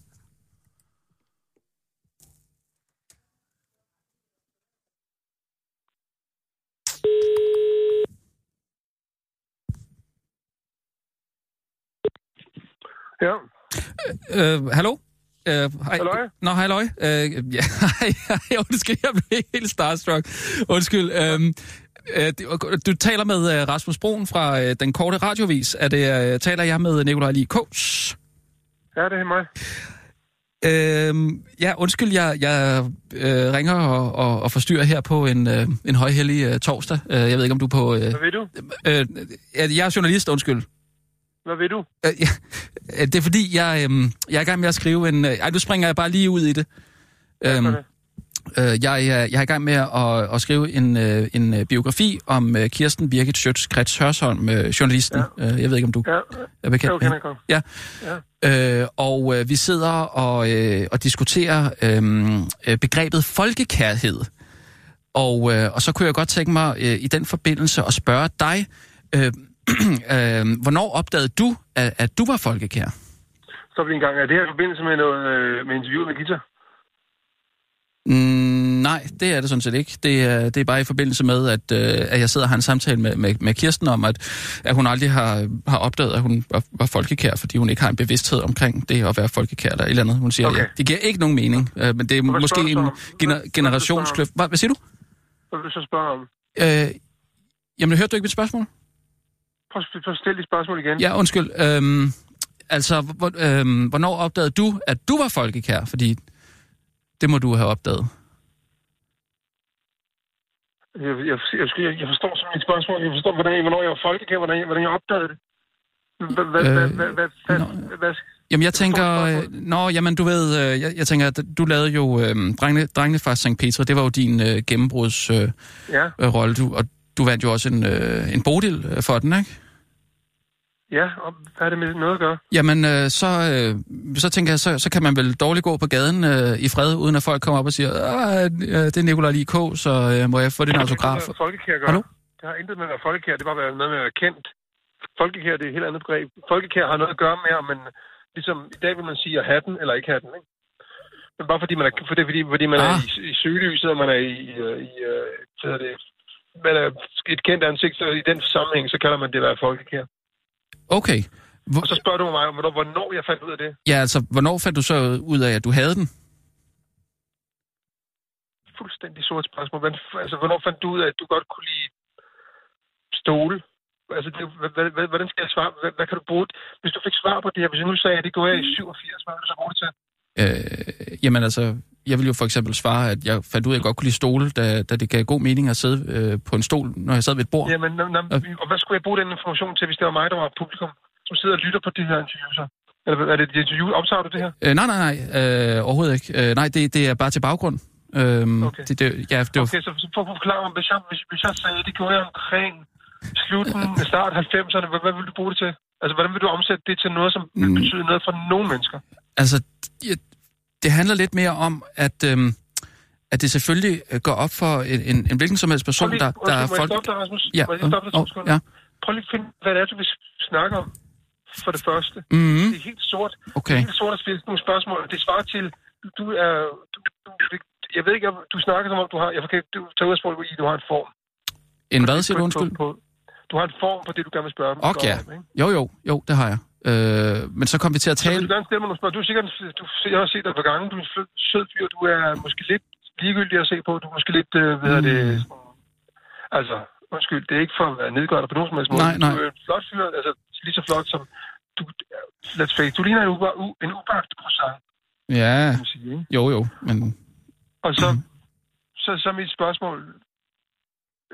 S7: Ja,
S3: Øh, hallo? Øh, hej.
S7: Halløj.
S3: Nå, hej, Løj. Øh, ja, <laughs> hej, hej, undskyld, jeg blev helt starstruck. Undskyld. Øh, øh, det- du taler med øh, Rasmus Broen fra øh, Den Korte Radiovis. Er det, øh, taler jeg med Nikolaj Likos?
S7: ja det er mig.
S3: Øhm, ja, undskyld, jeg, jeg øh, ringer og, og, og forstyrrer her på en, øh, en højhellig øh, torsdag. Øh, jeg ved ikke, om du er på... Øh,
S7: Hvad ved du?
S3: øh, øh, jeg er journalist, undskyld.
S7: Hvad ved du?
S3: Øh, ja, øh, det er fordi, jeg, øh, jeg er i gang med at skrive en... Øh, ej, nu springer jeg bare lige ud i det. Øhm, øh, jeg,
S7: sådan.
S3: jeg, øh, jeg er i gang med at, at skrive en, øh, en øh, biografi om øh, Kirsten Birgit Schøtz Krets Hørsholm, øh, journalisten. Ja. Øh, jeg ved ikke, om du
S7: Ja,
S3: er bekendt
S7: jo,
S3: med
S7: kan
S3: hende.
S7: jeg godt.
S3: Ja. Øh, og øh, vi sidder og, øh, og diskuterer øh, øh, begrebet folkekærhed. Og, øh, og så kunne jeg godt tænke mig øh, i den forbindelse at spørge dig, øh, <clears throat> øh, hvornår opdagede du, at, at du var folkekær?
S7: Stop lige en gang. Er det her i forbindelse med, noget, øh, med interview med Gita?
S3: Mm, nej, det er det sådan set ikke. Det er, det er bare i forbindelse med, at, øh, at jeg sidder og har en samtale med, med, med Kirsten om, at, at hun aldrig har, har opdaget, at hun var, var folkekær, fordi hun ikke har en bevidsthed omkring det at være folkekær eller et eller andet. Hun siger, okay.
S7: Okay.
S3: ja, det giver ikke nogen mening, øh, men det er
S7: Hvad
S3: måske
S7: spørger du
S3: en
S7: så om? Hvad-
S3: gener-
S7: hvad
S3: generationskløft. Hvad, hvad siger du?
S7: Hvad vil du så spørge om?
S3: Øh, jamen, hørte du ikke mit spørgsmål?
S7: Prøv, prøv at stille dit spørgsmål igen.
S3: Ja, undskyld. Øh, altså, hvor, øh, hvornår opdagede du, at du var folkekær? Fordi det må du have opdaget.
S7: Jeg, jeg, jeg, jeg, jeg forstår sådan et spørgsmål. Jeg forstår, hvordan, jeg- hvornår jeg var folkekær, hvordan, jeg- hvordan jeg opdagede det. Hvad hvad-
S3: Øh,
S7: hvad- hvad- hvad- hvad-
S3: nå.
S7: hvad-
S3: Jamen, jeg tænker...
S7: forstår
S3: Øh, nå,
S7: spørgsmålet.
S3: jamen, du ved... Øh, jeg, jeg tænker, at du lavede jo... Øh, drengene, drengene fra St. Petra, det var jo din øh, gennembrudsrolle,
S7: Ja,
S3: øh, rolle, du, og du vandt jo også en, øh, en bodil øh, for den, ikke?
S7: ja. Og hvad er det med noget at gøre?
S3: Jamen, øh, så, øh, så tænker jeg, så, så kan man vel dårligt gå på gaden øh, i fred, uden at folk kommer op og siger, "Ah, øh, det er Nicolai Lee K., så øh, må jeg få din autograf?
S7: Det har folkekær at gøre.
S3: Hallo?
S7: Det har intet med at være folkekær, det har bare været noget med at være kendt. Folkekær, det er et helt andet begreb. Folkekær har noget at gøre med, om man, ligesom i dag vil man sige at have den eller ikke have den, ikke? Men bare fordi man er, for det, er fordi, fordi man ah. er
S3: Ah.
S7: i, i søgelyset, og man er i, øh, i øh, hvad hedder det, man er et kendt ansigt, så i den sammenhæng, så kalder man det at være folkekær.
S3: Okay.
S7: Og
S3: Hvor,
S7: så spørger du mig, om, hvornår- hvornår jeg fandt ud af det.
S3: ja, altså, hvornår fandt du så ud af, at du havde den?
S7: Fuldstændig sort spørgsmål. Men, f- altså, hvornår fandt du ud af, at du godt kunne lide stole? Altså, det, h- h- h- hvordan skal jeg svare? Hvad, hvad kan du bruge? det- Hvis du fik svar på det her, hvis jeg nu sagde, at det går jeg i 87, hvad vil du så bruge det til?
S3: Øh, jamen altså, jeg vil jo for eksempel svare, at jeg fandt ud af, at jeg godt kunne lide stole, da, da det gav god mening at sidde øh, på en stol, når jeg sad ved et bord.
S7: Jamen, nå, nå, og hvad skulle jeg bruge den information til, hvis det var mig, der var publikum, som sidder og lytter på de her interviews? så? Eller hvad- er det et interview? Optager du det her?
S3: Øh, nej, nej, nej. Øh, overhovedet ikke. Øh, nej, det, det er bare til baggrund. Øhm,
S7: Okay.
S3: det, det, ja, det var,
S7: Okay, så, så prøv at forklare mig, hvis jeg, hvis, hvis jeg sagde, det gjorde jeg omkring slutten, start 90'erne, hvad, hvad vil du bruge det til? Altså, hvordan vil du omsætte det til noget, som vil betyde noget for nogle mennesker?
S3: Altså, det, det handler lidt mere om, at, øhm, at det selvfølgelig øh, går op for en, en, en hvilken som helst
S7: Prøv
S3: person,
S7: lige-
S3: der, der
S7: undskyld,
S3: er
S7: må jeg
S3: folk...
S7: stoppe dig, Rasmus?
S3: Ja,
S7: Må jeg stoppe dig
S3: øh,
S7: to
S3: øh,
S7: sekunder?
S3: ja.
S7: Prøv lige at finde, hvad det er, du vil snakke om for det første.
S3: Mhm.
S7: Det er helt sort. Det
S3: Okay.
S7: er helt sort at stille nogle spørgsmål, og det svarer til, du er... Du, du, jeg ved ikke, om du snakker som om, du har... Jeg kan ikke tage udgangspunkt i, at du har en form.
S3: En hvad, siger du undskyld?
S7: På, du har en form for det, du gerne vil spørge mig
S3: Ok, ja.
S7: om. Ikke?
S3: Jo, jo, jo, det har jeg. Øh, men så kom vi til at
S7: Så vil
S3: tale...
S7: du gerne stille mig nogle spørgsmål. Du er sikkert, en- du, jeg har set dig på gange, du er en sød- sød fyr, du er måske lidt ligegyldig at se på, du er måske lidt, øh, hvad hedder
S3: Mm.
S7: det, sådan- altså, undskyld, det er ikke for at være nedgørende på nogen som helst måde.
S3: Nej, nej.
S7: Du er en flot fyr, altså lige så flot som, du, let's face, it, du ligner en, uba, u, en ubagt croissant,
S3: Ja,
S7: kan man sige, ikke?
S3: jo, jo, men...
S7: Og så,
S3: Mhm.
S7: så, så mit spørgsmål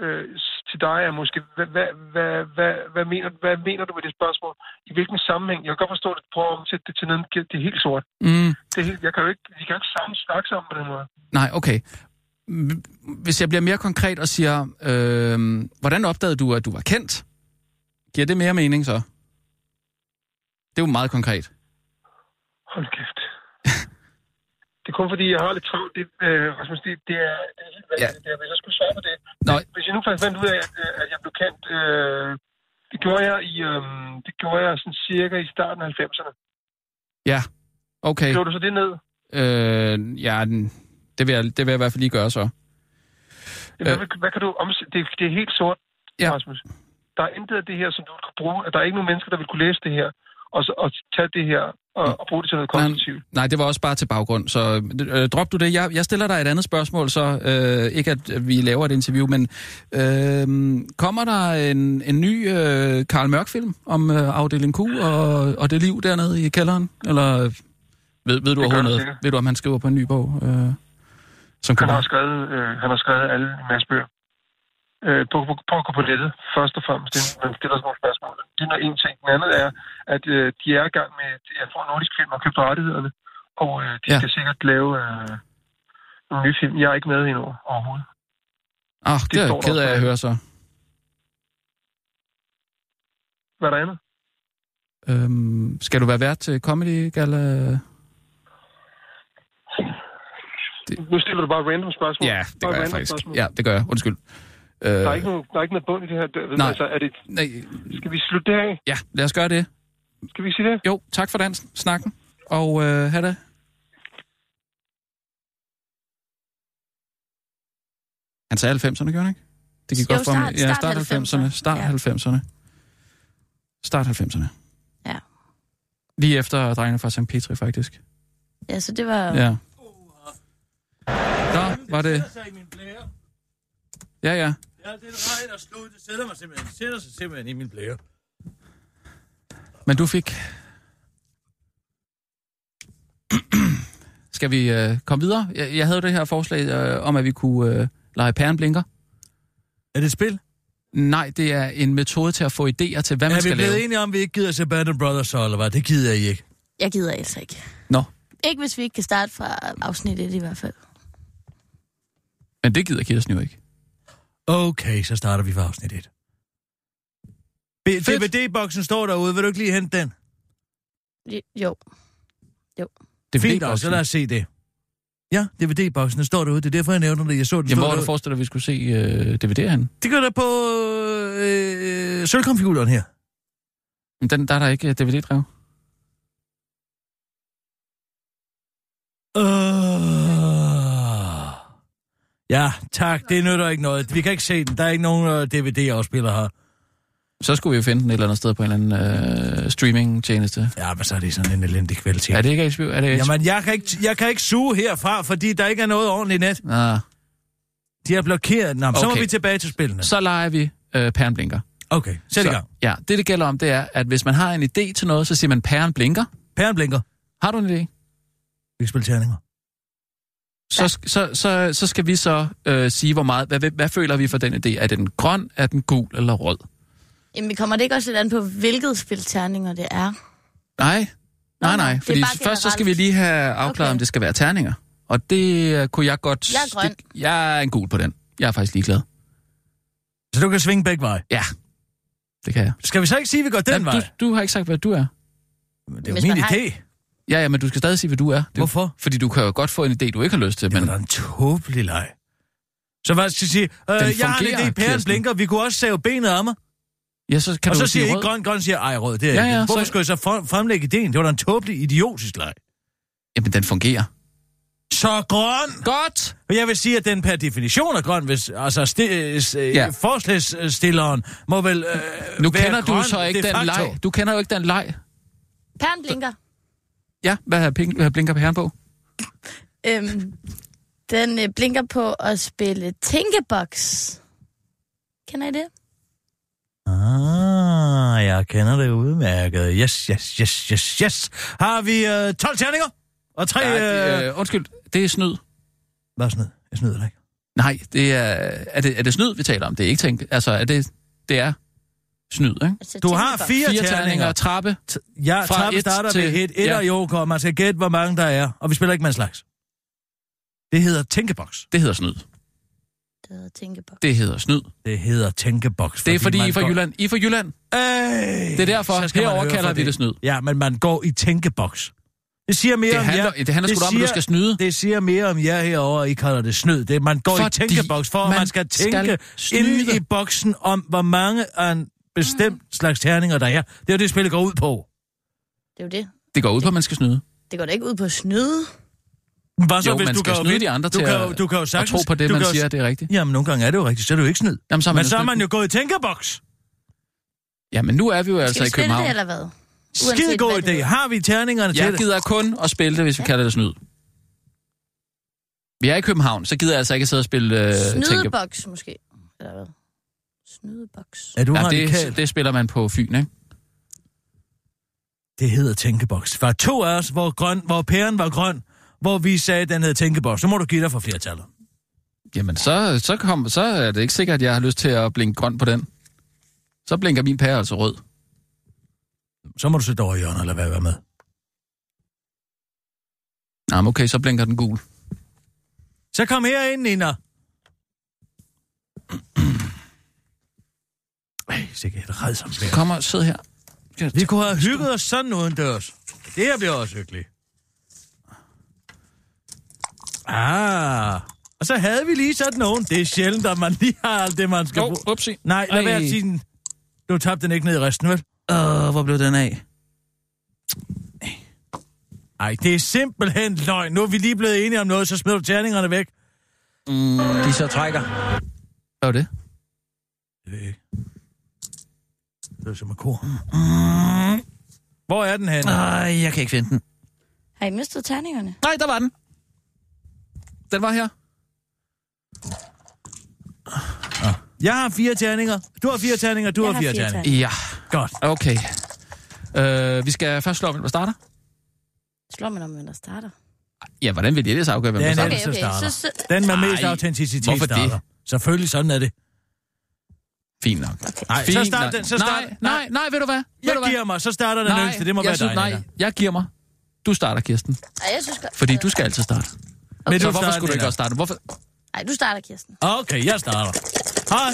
S7: øh, s- til dig er måske, hvad, hvad, hvad, hvad, hvad, mener, hvad mener du med det spørgsmål? I hvilken sammenhæng? Jeg kan godt forstå, at du prøver at omsætte det til noget, det er helt sort.
S3: Mm,
S7: Det er helt, jeg kan jo ikke, vi kan jo ikke sammen snakke sammen på den måde.
S3: nej, okay. M- Hvis jeg bliver mere konkret og siger, øh, hvordan opdagede du, at du var kendt? Giver det mere mening så? Det er jo meget konkret.
S7: Hold <laughs> kæft. det er kun fordi, jeg har lidt travlt. Det, øh, Rasmus, det, det er, det er helt
S3: Ja.
S7: ja. det er, Hvis jeg skulle svare på det.
S3: Nå.
S7: Hvis jeg nu fandt fandt ud af, at, øh, at jeg blev kendt, øh, det gjorde jeg i, øh, det gjorde jeg sådan cirka i starten af 90'erne.
S3: Ja, okay.
S7: Slår du så det ned?
S3: Øh, ja, den- det vil, jeg, det vil jeg i hvert fald lige gøre så.
S7: Jamen, Hvad, hvad kan du omsætte? Det, det er helt sort,
S3: Ja.
S7: Øh. ja. Rasmus. Der er intet af det her, som du kan bruge. Der er ikke nogen mennesker, der vil kunne læse det her, og, så, og tage det her og, og bruge det til noget konstruktivt.
S3: Nej, det var også bare til baggrund, så øh, drop du det. Jeg, jeg stiller dig et andet spørgsmål, så øh, ikke at vi laver et interview, men øh, kommer der en, en ny øh, Karl Mørk-film om øh, afdeling Q og, og det liv dernede i kælderen? Eller øh, ved, ved du
S7: gør der
S3: overhovedet noget?
S7: sikkert.
S3: Ved du, om han skriver på en ny bog? Øh, som
S7: Han har
S3: kommer?
S7: skrevet, øh, han har skrevet alle en masse bøger. Øh, på, på, på at gå på nettet, først og fremmest. Det, man stiller sådan nogle spørgsmål. Det er noget en ting. Den anden er, at øh, de er i gang med, jeg tror, Nordisk Film har købt rettighederne, og øh, de
S3: Ja.
S7: ja. skal sikkert lave øh, nogle nye film. Jeg er ikke med endnu overhovedet.
S3: Ah, det er jeg
S7: står der
S3: ked af
S7: også.
S3: at høre så.
S7: Hvad er der andet?
S3: Øh, skal du være vært til Comedy Gala?
S7: Nu stiller du bare random spørgsmål.
S3: Ja, det
S7: bare
S3: gør jeg
S7: random
S3: faktisk.
S7: spørgsmål.
S3: Ja, det gør jeg. Undskyld. Øh,
S7: Der er ikke nogen, der er ikke noget bund i det her. Ved,
S3: Nej.
S7: altså, er det,
S3: nej,
S7: skal vi slutte det her af?
S3: ja, lad os gøre det.
S7: Skal vi sige det?
S3: Jo, tak for dansen, snakken, og øh, have det. Han sagde 90'erne, gjorde han ikke? Det gik
S5: Jo,
S3: godt for ham. Ja,
S5: start- start
S3: start 90'erne. Start
S5: Ja.
S3: 90'erne. Start 90'erne.
S5: Ja.
S3: Lige efter drengene fra St. Petri, faktisk.
S5: Ja, så det var...
S3: Ja. Nå, var det...
S4: sig i min blære.
S3: Ja, ja.
S4: Ja, det er regn og slud. Det sætter mig simpelthen. Det sætter sig simpelthen i min blære.
S3: Men du fik... Skal vi øh, komme videre? Jeg, jeg havde jo det her forslag øh, om, at vi kunne øh, lege pærenblinker.
S4: Er det et spil?
S3: Nej, det er en metode til at få idéer til, hvad man
S4: er vi
S3: skal
S4: blevet
S3: lave.
S4: enige om, at vi ikke gider se Battle Brothers, så, eller hvad? Det gider I ikke.
S5: Jeg gider altså ikke.
S3: Nå,
S5: Ikke hvis vi ikke kan starte fra afsnit 1 i hvert fald.
S3: men det gider Kirsten jo ikke.
S4: Okay, så starter vi fra afsnit 1.
S3: Fedt.
S4: DVD-boksen står derude. Vil du ikke lige hente den?
S5: Jo.
S3: Det
S4: Fint også, så altså, lad os se det. Ja, DVD-boksen står derude. Det er derfor, jeg nævner det. Jeg så den
S3: Jamen, hvor
S4: stod
S3: er du
S4: derude.
S3: forestillet, at vi skulle se øh, DVD'er han?
S4: Det gør der på øh, sølvcomputeren her.
S3: Men den, der er der ikke øh, DVD-drev.
S4: Øh. Ja, tak. Det nytter ikke noget. Vi kan ikke se den. Der er ikke nogen øh, DVD-afspiller her.
S3: Så skulle vi jo finde den et eller andet sted på en eller anden øh, streaming-tjeneste.
S4: Ja, men så er det sådan en elendig kvalitet.
S3: Er det ikke HBO? Er det HBO?
S4: Jamen, jeg kan, ikke, jeg kan ikke suge herfra, fordi der ikke er noget ordentligt net.
S3: Ah,
S4: De har blokeret. Nå, okay. så må
S3: Okay.
S4: vi tilbage til spillene.
S3: så leger vi øh, pærenblinker.
S4: Okay, sæt i
S3: så,
S4: gang.
S3: Ja, det det gælder om, det er, at hvis man har en idé til noget, så siger man pæren blinker.
S4: Pæren blinker.
S3: Har du en idé?
S4: Vi kan spille terninger.
S3: Så, sk- så, så, så skal vi så øh, sige, hvor meget, hvad, hvad føler vi for den idé? Er den grøn, er den gul eller rød?
S5: Jamen, det kommer det ikke også lidt an på, hvilket spil terninger det er?
S3: Nej,
S5: Nå,
S3: nej,
S5: nej, det
S3: nej.
S5: er
S3: Fordi
S5: bare
S3: først så skal vi
S5: generelt.
S3: lige have afklaret, okay.
S5: Okay.
S3: om det skal være terninger. Og det øh, kunne jeg godt...
S5: Jeg er grøn.
S3: Det, jeg er en gul på den. Jeg er faktisk ligeglad.
S4: Så du kan svinge begge veje.
S3: Ja, det kan jeg.
S4: Skal vi så ikke sige, at vi går den
S3: Jamen,
S4: vej?
S3: du, du har ikke sagt, hvad du er.
S4: Men Det er
S5: Hvis
S4: jo min
S5: man har-
S4: idé.
S3: Ja, ja, men du skal stadig sige, hvad du er. Det,
S4: Hvorfor?
S3: Fordi du kan jo godt få en idé, du ikke har lyst til.
S4: Det
S3: Men
S4: var da en tåbelig leg. Så hvad skal jeg sige? Øh, jeg har en
S3: fungerer,
S4: idé, pæren
S3: Kirsten.
S4: blinker, vi kunne også save benet af mig.
S3: ja, så kan
S4: og
S3: du
S4: så
S3: jo sige
S4: siger I
S3: rød.
S4: grøn, grøn siger, ej rød, det er
S3: Ja,
S4: ikke.
S3: ja,
S4: Hvorfor
S3: så-
S4: skulle jeg så frem- fremlægge ideen? Det var da en tåbelig, idiotisk leg.
S3: Jamen, den fungerer.
S4: Så grøn!
S3: Godt!
S4: Og jeg vil sige, at den per definition er grøn, hvis altså sti- øh, s- øh,
S3: Ja.
S4: ja. forslagsstilleren må vel øh,
S3: Nu
S4: være
S3: kender
S4: grøn
S3: du så ikke
S4: de
S3: den
S4: facto.
S3: leg. Du kender jo ikke den leg.
S5: Pæren blinker.
S3: Ja, hvad har pink, hvad blinker på herren på?
S5: Øhm, den øh, blinker på at spille Tinkebox. Kender I det?
S4: Ah, jeg kender det udmærket. Yes, yes, yes, yes, yes. Har vi øh, 12 terninger? Og tre...
S3: Ja,
S4: Ja,
S3: det,
S4: øh...
S3: øh, undskyld, det er snyd.
S4: Hvad snyd? Jeg snyder dig ikke.
S3: Nej, det er, er, det, er det snyd, vi taler om? Det er ikke tænkt. Altså, er det, det er snyd, ikke?
S5: Altså,
S4: Du har
S5: Tinkebox.
S4: fire,
S3: Fire terninger
S4: terninger.
S3: og trappe.
S4: Ja,
S3: Fra
S4: trappen
S3: et
S4: starter
S3: til-
S4: ved et etter
S3: ja.
S4: ja. i OK, og man skal gætte, hvor mange der er. Og vi spiller ikke med en slags. Det hedder tænkeboks.
S3: Det hedder snyd.
S5: Det hedder Tinkebox.
S3: Det hedder snyd.
S4: Det hedder tænkeboks.
S3: Det er fordi, I er
S4: man
S3: fra
S4: går-
S3: Jylland. I er fra Jylland.
S4: Øj,
S3: Det er derfor.
S4: så skal man
S3: Herovre
S4: høre
S3: kalder
S4: for
S3: vi det snyd.
S4: Ja, men man går i tænkeboks. Det siger mere
S3: Det
S4: om
S3: handler,
S4: jer.
S3: det handler sgu da om, at du skal snyde.
S4: Det siger mere om jer herovre, at I kalder det snyd. Det, er, man går
S3: Fordi
S4: i tænkeboks for, at
S3: man
S4: man skal tænke
S3: skal
S4: inde
S3: snyde.
S4: i boksen om, hvor mange af en bestemt slags terninger der er. Det er jo det, spillet går ud på.
S5: Det er jo det.
S3: Det går ud på, at man skal snyde.
S5: Det går da ikke ud på at snyde.
S4: Hvad
S3: Jo, man skal
S4: jo
S3: snyde
S4: vinde-
S3: de andre
S4: du
S3: til
S4: kan, jo-
S3: at-
S4: du kan jo
S3: at
S4: sagtens,
S3: tro på det,
S4: du
S3: man
S4: kan jo-
S3: siger, det er rigtigt.
S4: Jamen, nogle gange er det jo rigtigt, så er det jo ikke snyd.
S3: Jamen, så er man
S4: Men
S3: jo
S4: så er
S3: snydt.
S4: man jo gået i tænkeboks.
S3: Ja, men nu er vi jo altså
S5: Skal
S3: i
S5: vi spille
S3: København.
S5: det, eller hvad? Uanset
S4: Skide god
S5: hvad det
S4: idé.
S5: er.
S4: Har vi terningerne til
S3: Jeg
S4: det?
S3: gider kun at spille det, hvis vi kalder det snyd. Vi er i København, så gider jeg altså ikke at sidde og spille... Øh, tænke...
S5: Snydeboks, måske. Eller hvad? Snydeboks.
S4: Er du
S3: Ja,
S4: radikal?
S3: det, det spiller man på Fyn, ikke?
S4: Det hedder tænkeboks. Der var to af os, hvor, grøn, hvor pæren var grøn, hvor vi sagde, at den hed tænkeboks. Så må du give dig for flertallet.
S3: Jamen, så, så, kom, så er det ikke sikkert, at jeg har lyst til at blinke grøn på den. Så blinker min pære altså rød.
S4: Så må du sætte over i hjørnet, eller hvad være med.
S3: Nå, men okay, så blinker den gul.
S4: Så kom herind, Nina. <clears throat> Ej, sikkert et redsomt vejr.
S3: Kom og sid her.
S4: Vi kunne have hygget os sådan uden dørs. Det her bliver også hyggeligt. Ah, og så havde vi lige sådan nogen. Det er sjældent, at man lige har alt det, man skal
S3: Jo,
S4: bruge.
S3: upsi.
S4: Nej, lad
S3: Ej.
S4: være at sige den. Du tabte den ikke ned i resten, vel?
S3: Åh, hvor blev den af?
S4: Ej, det er simpelthen løgn. Nu er vi lige blevet enige om noget, så smider du terningerne væk.
S8: De så trækker.
S3: Hvad var det?
S4: Det ved jeg ikke. Det er som en kor. Hvor er den henne?
S8: Ej, jeg kan ikke finde den.
S5: Har I mistet terningerne?
S3: Nej, der var den. Den var her.
S4: Jeg har fire terninger. Du har fire terninger, du
S5: Jeg
S4: har
S5: har
S4: fire
S5: fire
S4: terninger.
S3: Ja,
S4: Godt.
S3: okay. Øh, vi skal først slå, hvem der starter.
S5: Slår man om, hvem der starter?
S3: Ja, hvordan vil I ellers afgøre, hvem
S4: Det er
S3: der
S4: en
S3: starter?
S4: okay, okay.
S5: Okay, okay,
S4: starter.
S5: så- så-
S4: Den med mest
S3: Ej,
S4: autenticitet
S3: hvorfor det?
S4: starter. Selvfølgelig, sådan er det.
S3: Fint nok.
S4: Nej,
S3: Fint
S4: så starter
S3: nok.
S4: den. Så
S3: nej,
S4: starter,
S3: nej, nej, nej, ved du hvad? Ved
S4: Jeg
S3: du hvad?
S4: giver mig, så starter den yngste. Det må
S3: jeg
S4: være
S3: synes,
S4: dig,
S3: nej,
S4: Nina.
S3: jeg giver mig. Du starter, Kirsten.
S5: Ej, jeg synes godt...
S3: Fordi du skal altid starte.
S4: Men
S3: Så
S4: du
S3: hvorfor
S4: starter,
S3: skulle du ikke
S4: Nina.
S3: også starte? Hvorfor?
S5: Ej, du starter, Kirsten.
S4: Okay, jeg starter. Hej.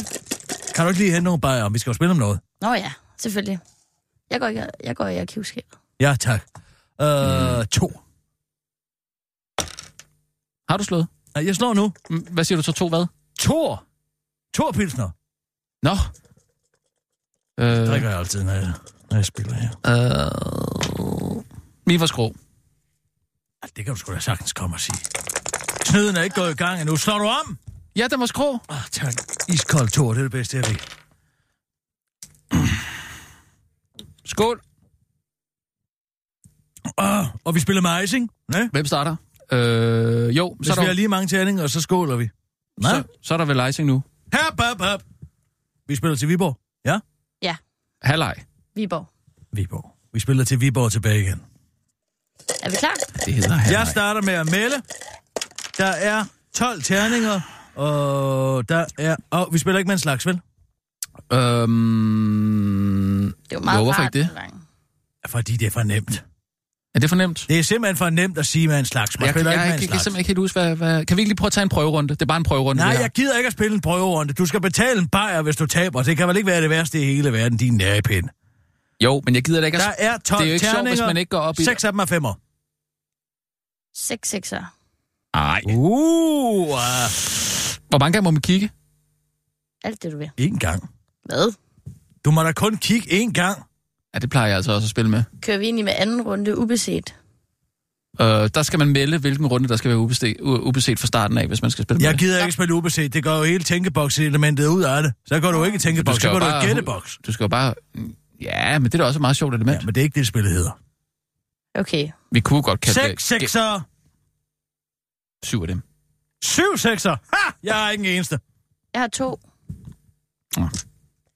S4: Kan du ikke lige hente nogle bajer? Vi skal jo spille om noget.
S5: Nå ja, selvfølgelig. Jeg går, ikke, jeg går i arkivskabet.
S4: Ja, tak. Øh, to.
S3: Har du slået?
S4: Nej, jeg slår nu.
S3: Mm, Hvad siger du så? To hvad?
S4: Tor. Tor Pilsner.
S3: Nå. Øh,
S4: drikker jeg altid, når jeg, når jeg spiller her.
S3: øh, Mifa Skrå.
S4: Ej, Ah, det kan du sgu da sagtens komme og sige. Snyden er ikke gået i gang endnu. Slår du om?
S3: Ja, den var Skrå.
S4: Ah, tak. Iskold Tor, det er det bedste, jeg ved.
S3: Skål.
S4: Ah, og vi spiller med icing. Ja?
S3: Hvem starter? Øh, jo, så
S4: Hvis
S3: er,
S4: vi har
S3: der,
S4: lige mange terninger, så skåler vi. Nej.
S3: så, så er der vel icing nu.
S4: Hap, hap, hap. Vi spiller til Viborg. Ja?
S3: Halvleg.
S5: Viborg.
S4: Viborg. Vi spiller til Viborg tilbage igen.
S5: Er vi klar?
S3: Det hedder
S4: Jeg starter med at melde. Der er 12 terninger, og der er... Og vi spiller ikke med en slags, vel?
S3: Øhm...
S5: Det var meget
S3: Jo, hvorfor
S5: rart
S3: ikke det?
S5: nogle gange.
S4: Fordi det er for nemt.
S3: Er det for nemt?
S4: Det er simpelthen for nemt at sige med en slags. Man
S3: Jeg, jeg,
S4: spiller
S3: jeg,
S4: ikke
S3: jeg,
S4: med en
S3: kan
S4: slags.
S3: simpelthen ikke helt huske, hvad, hvad... Kan vi ikke lige prøve at tage en prøverunde? Det er bare en prøverunde.
S4: Nej,
S3: det her.
S4: jeg gider ikke at spille en prøverunde. Du skal betale en bajer, hvis du taber. Det kan vel ikke være det værste i hele verden, din nærepind.
S3: Jo, men jeg gider da ikke at...
S4: Der er 12
S3: det er jo ikke sjovt,
S4: terninger.
S3: hvis man ikke går op i...
S4: Seks af dem er femmer.
S5: Seks sekser.
S3: Nej.
S4: Uh, uh,
S3: Hvor mange gange må man kigge?
S5: Alt det, du vil.
S4: en gang.
S5: Hvad?
S4: Du må da kun kigge én gang.
S3: Ja, det plejer jeg altså også at spille med.
S5: Kører vi ind i med anden runde ubeset?
S3: Øh, der skal man melde, hvilken runde, der skal være ubeset, ubeset fra starten af, hvis man skal spille
S4: Jeg
S3: med.
S4: gider ikke spille ubeset. Det går jo hele tænkeboks-elementet ud af det. Så går du ikke i tænkeboks, så
S3: jo
S4: går du i
S3: bare-
S4: gætteboks.
S3: Du skal jo bare... Ja, men det er da også et meget sjovt element.
S4: Ja, men det er ikke det, spillet hedder.
S5: Okay.
S3: Vi kunne godt kalde
S4: Seks
S3: det...
S4: sekser.
S3: Ge- syv af dem.
S4: Syv sekser. Ha! Jeg er ikke den eneste.
S5: Jeg har to.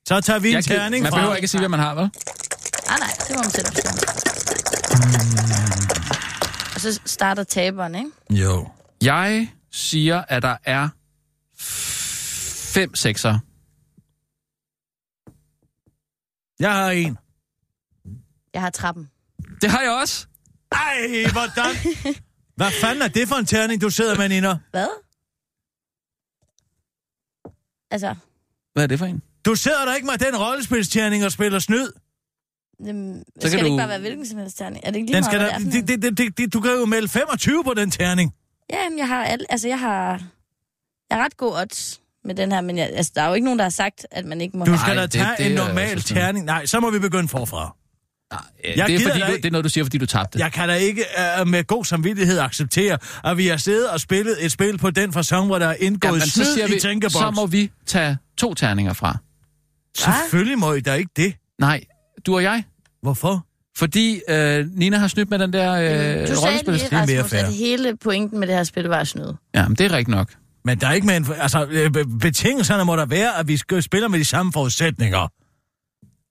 S4: Så tager vi en
S3: Jeg gider-
S4: terning
S3: man
S4: fra.
S3: behøver ikke at sige, hvad man har, vel?
S5: Ah, nej, det må man selv bestemme.
S4: Mm.
S5: Og så starter taberen, ikke?
S4: Jo.
S3: Jeg siger, at der er f- fem sekser.
S4: Jeg har en.
S5: Jeg har trappen.
S3: Det har jeg også.
S4: Ej,
S3: <laughs>
S4: hvordan? Hvad fanden er det for en terning, du sidder med, Nina?
S5: Hvad? Altså,
S3: Hvad er det for en?
S4: Du sidder der ikke med den rollespilsterning og spiller snyd.
S5: jamen,
S3: kan
S5: skal det
S3: du-
S5: ikke bare være hvilken som helst terning? Er det ikke lige
S4: Den
S5: meget,
S4: skal
S5: hvad
S4: da,
S5: det er for
S4: det,
S5: en?
S4: det, det, det, det, du kan jo melde 25 på den terning.
S5: Ja, jamen, jeg har, al... altså, jeg har... Jeg har ret god odds med den her, men jeg... altså, der er jo ikke nogen, der har sagt, at man ikke må...
S4: Du
S5: have-
S4: skal
S3: Nej,
S4: da
S3: det-
S4: tage
S3: det
S4: en
S3: er
S4: normal
S3: altså sådan.
S4: terning. Nej, så må vi begynde forfra.
S3: Øh,
S4: Jeg
S3: det, er
S4: gider
S3: fordi,
S4: da
S3: du,
S4: ikke.
S3: det er noget, du siger, fordi du tabte.
S4: Jeg kan da ikke øh, med god samvittighed acceptere, at vi har siddet og spillet et spil på den fasong, hvor der er indgået Jamen,
S3: Jamen, så,
S4: snyd
S3: siger
S4: i
S3: vi,
S4: tænkeboks.
S3: så må vi tage to terninger fra.
S4: Selvfølgelig må I da ikke det.
S3: Nej, du og jeg.
S4: Hvorfor?
S3: Fordi øh, Nina har snydt med den der øh,
S5: Du sagde
S3: rollespil.
S5: lige,
S4: er mere
S5: Rasmus,
S4: fair.
S5: at hele pointen med det her spil var at snyde.
S3: Ja, men det er rigtigt nok.
S4: Men der er ikke med en, altså, øh, be- betingelserne må der være, at vi skal- spiller med de samme forudsætninger.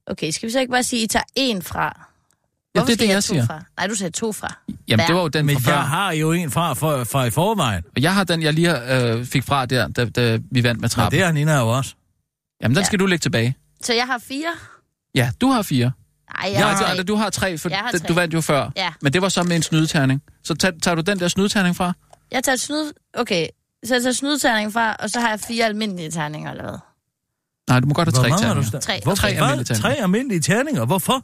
S5: Okay, skal vi så ikke bare sige, at I tager én fra?
S3: Ja,
S5: Hvorfor
S3: det er
S5: skal
S3: det,
S5: I have
S3: jeg
S5: to
S3: siger.
S5: Fra? Nej, du sagde to fra.
S3: Jamen,
S5: Hver.
S3: det var jo den
S4: Men
S3: fra før.
S4: jeg har jo en fra, fra, fra i forvejen.
S3: Og jeg har den, jeg lige øh, fik fra der, da, da vi vandt med
S4: Og
S3: trappen.
S4: det har Nina jo også.
S3: Jamen, den skal du lægge tilbage.
S5: Så jeg har fire?
S3: Ja, du har fire.
S5: Nej, jeg
S3: Ja,
S5: har
S3: altså,
S5: tre.
S3: eller du har tre, for
S5: Jeg har
S3: den-
S5: tre.
S3: du vandt jo før.
S5: Ja.
S3: Men det var så med en snydeterning. Så tager, tager du den der snydeterning fra?
S5: Jeg tager snyd... Okay, så jeg tager snydterning fra, og så har jeg fire almindelige terninger, eller hvad?
S3: Nej, du må godt have tre
S4: mange har du
S3: terninger.
S4: sta-
S5: Tre.
S4: Hvorfor?
S3: Tre
S4: Hvad?
S3: almindelige terninger.
S4: Tre almindelige terninger. Hvorfor?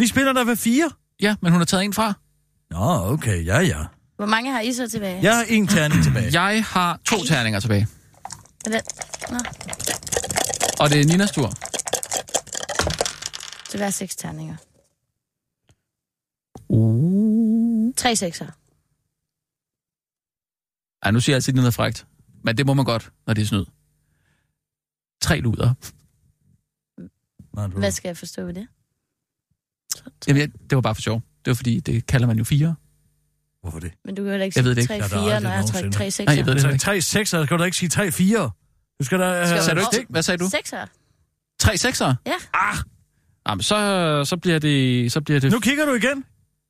S4: Vi spiller der ved fire.
S3: Ja, men hun har taget en fra.
S4: Nå, okay. Ja, ja.
S5: Hvor mange har I så tilbage?
S4: Jeg har en terning tilbage.
S3: Jeg har to terninger tilbage.
S5: Er det- Nå,
S3: Og det er Ninas tur.
S5: så hver seks terninger. Uh. Tre sekser.
S3: Ja, nu siger jeg altid noget frægt. Men det må man godt, når det er snyd. Tre luder.
S4: Nå, du-
S5: Hvad skal jeg forstå ved det?
S3: Jamen, jeg, det var bare for sjov. Det var fordi, det kalder man jo fire.
S4: Hvorfor det?
S5: Men du kan jo heller ikke
S3: Jeg
S5: sige
S3: ved det ikke.
S5: tre
S4: Jeg har da
S5: fire,
S4: aldrig
S5: når jeg har trykket
S4: nogensinde.
S5: tre
S3: Nej,
S5: sekser.
S3: jeg ved det
S4: Så
S3: heller ikke.
S4: Altså, tre sekser, så skal du da ikke sige tre fire. Du skal da... Øh,
S5: Skal
S3: Sagde du
S5: Åh.
S3: ikke det? Hvad sagde du?
S5: Sekser?
S3: Tre sekser?
S5: Ja.
S3: Ah! Jamen, så, så bliver det... Så bliver det
S4: Nu kigger du igen.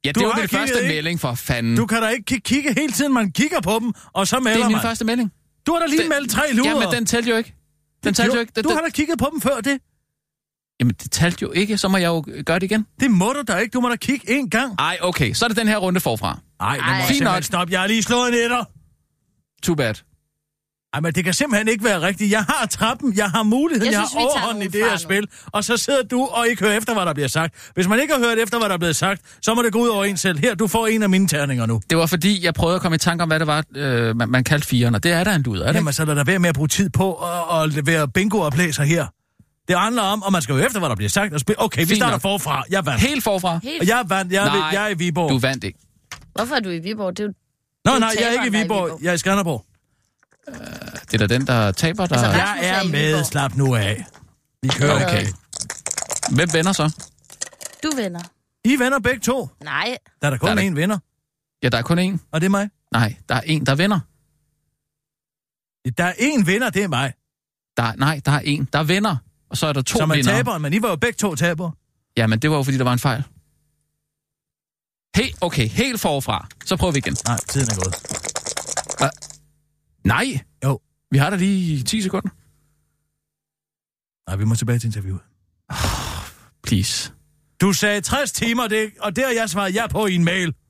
S3: ja,
S4: du
S3: det var
S4: har
S3: min
S4: kigget,
S3: første
S4: ikke?
S3: melding, for fanden.
S4: Du kan da ikke ki- kigge hele tiden, man kigger på dem, og så
S3: det
S4: melder
S3: er min
S4: man.
S3: første melding.
S4: Du har da lige
S3: Det-
S4: meldt tre lurer.
S3: Jamen, den talte jo ikke. Den talte jo ikke. Den,
S4: Du har
S3: den,
S4: da kigget på dem før det.
S3: jamen, det talte jo ikke. Så må jeg jo gøre det igen.
S4: Det må du da ikke. Du må da kigge én gang.
S3: Ej, okay. Så er det den her runde forfra.
S4: Nej, nu må jeg
S3: Fint
S4: simpelthen
S3: nok.
S4: stoppe. Jeg har lige slået en etter.
S3: Too bad.
S4: Ej, men det kan simpelthen ikke være rigtigt. Jeg har trappen, jeg har muligheden, jeg,
S5: Jeg
S4: jeg
S5: synes,
S4: har
S5: vi tager
S4: overhånden i
S5: nogen
S4: det her
S5: fra
S4: spil. Og så sidder du og ikke hører efter, hvad der bliver sagt. Hvis man ikke har hørt efter, hvad der er blevet sagt, så må det gå ud over en selv. Her, du får en af mine terninger nu.
S3: Det var fordi, jeg prøvede at komme i tanke om, hvad det var, øh, man, man kaldte firen, og det er der en luder, er det?
S4: Jamen, så lad da være med at bruge tid på at, at levere bingooplæser her. Det handler om, og man skal jo efter, hvad der bliver sagt. Og spil. Okay, vi
S3: Fint
S4: starter
S3: nok.
S4: forfra. Jeg vandt.
S3: ikke? Helt forfra.
S5: Helt.
S4: Og Jeg vandt. Jeg, er ved-
S3: Nej,
S4: jeg er i Viborg.
S3: Du vandt ikke.
S5: Hvorfor er du i Viborg? Det er jo...
S4: Nå,
S5: du
S4: nej, jeg er
S5: taberen,
S4: ikke i
S5: der er i
S4: Viborg.
S5: Viborg.
S4: Jeg er i Skanderborg.
S3: Det er da den, der taber, der...
S5: Altså,
S3: Altså,
S5: hvad-
S4: Jeg
S5: Rasmus er
S4: er
S5: i
S4: med.
S5: Viborg.
S4: Slap nu af. Vi kører
S3: Okay.
S4: ikke.
S3: Hvem vender så?
S5: Du vinder.
S4: I vender begge to.
S5: Nej.
S4: Der er der kun
S3: Der er der-
S4: én vinder,
S3: Ja, der er kun én.
S4: og det er mig.
S3: Nej, der er en, der vinder.
S4: Der er én vinder, det er mig.
S3: Der er, nej, der er en, der vinder. Og så er der to
S4: Som er
S3: vinder.
S4: taberen, men I var jo begge to tabere.
S3: Jamen, det var jo, fordi der var en fejl. Hey, okay, helt forfra. Så prøver vi igen.
S4: Nej, tiden er gået.
S3: Nej!
S4: Jo.
S3: Vi har da lige 10 sekunder.
S4: Nej, vi må tilbage til interviewet.
S3: Please.
S4: Du sagde 60 timer, det, og det har jeg svaret ja på i en mail.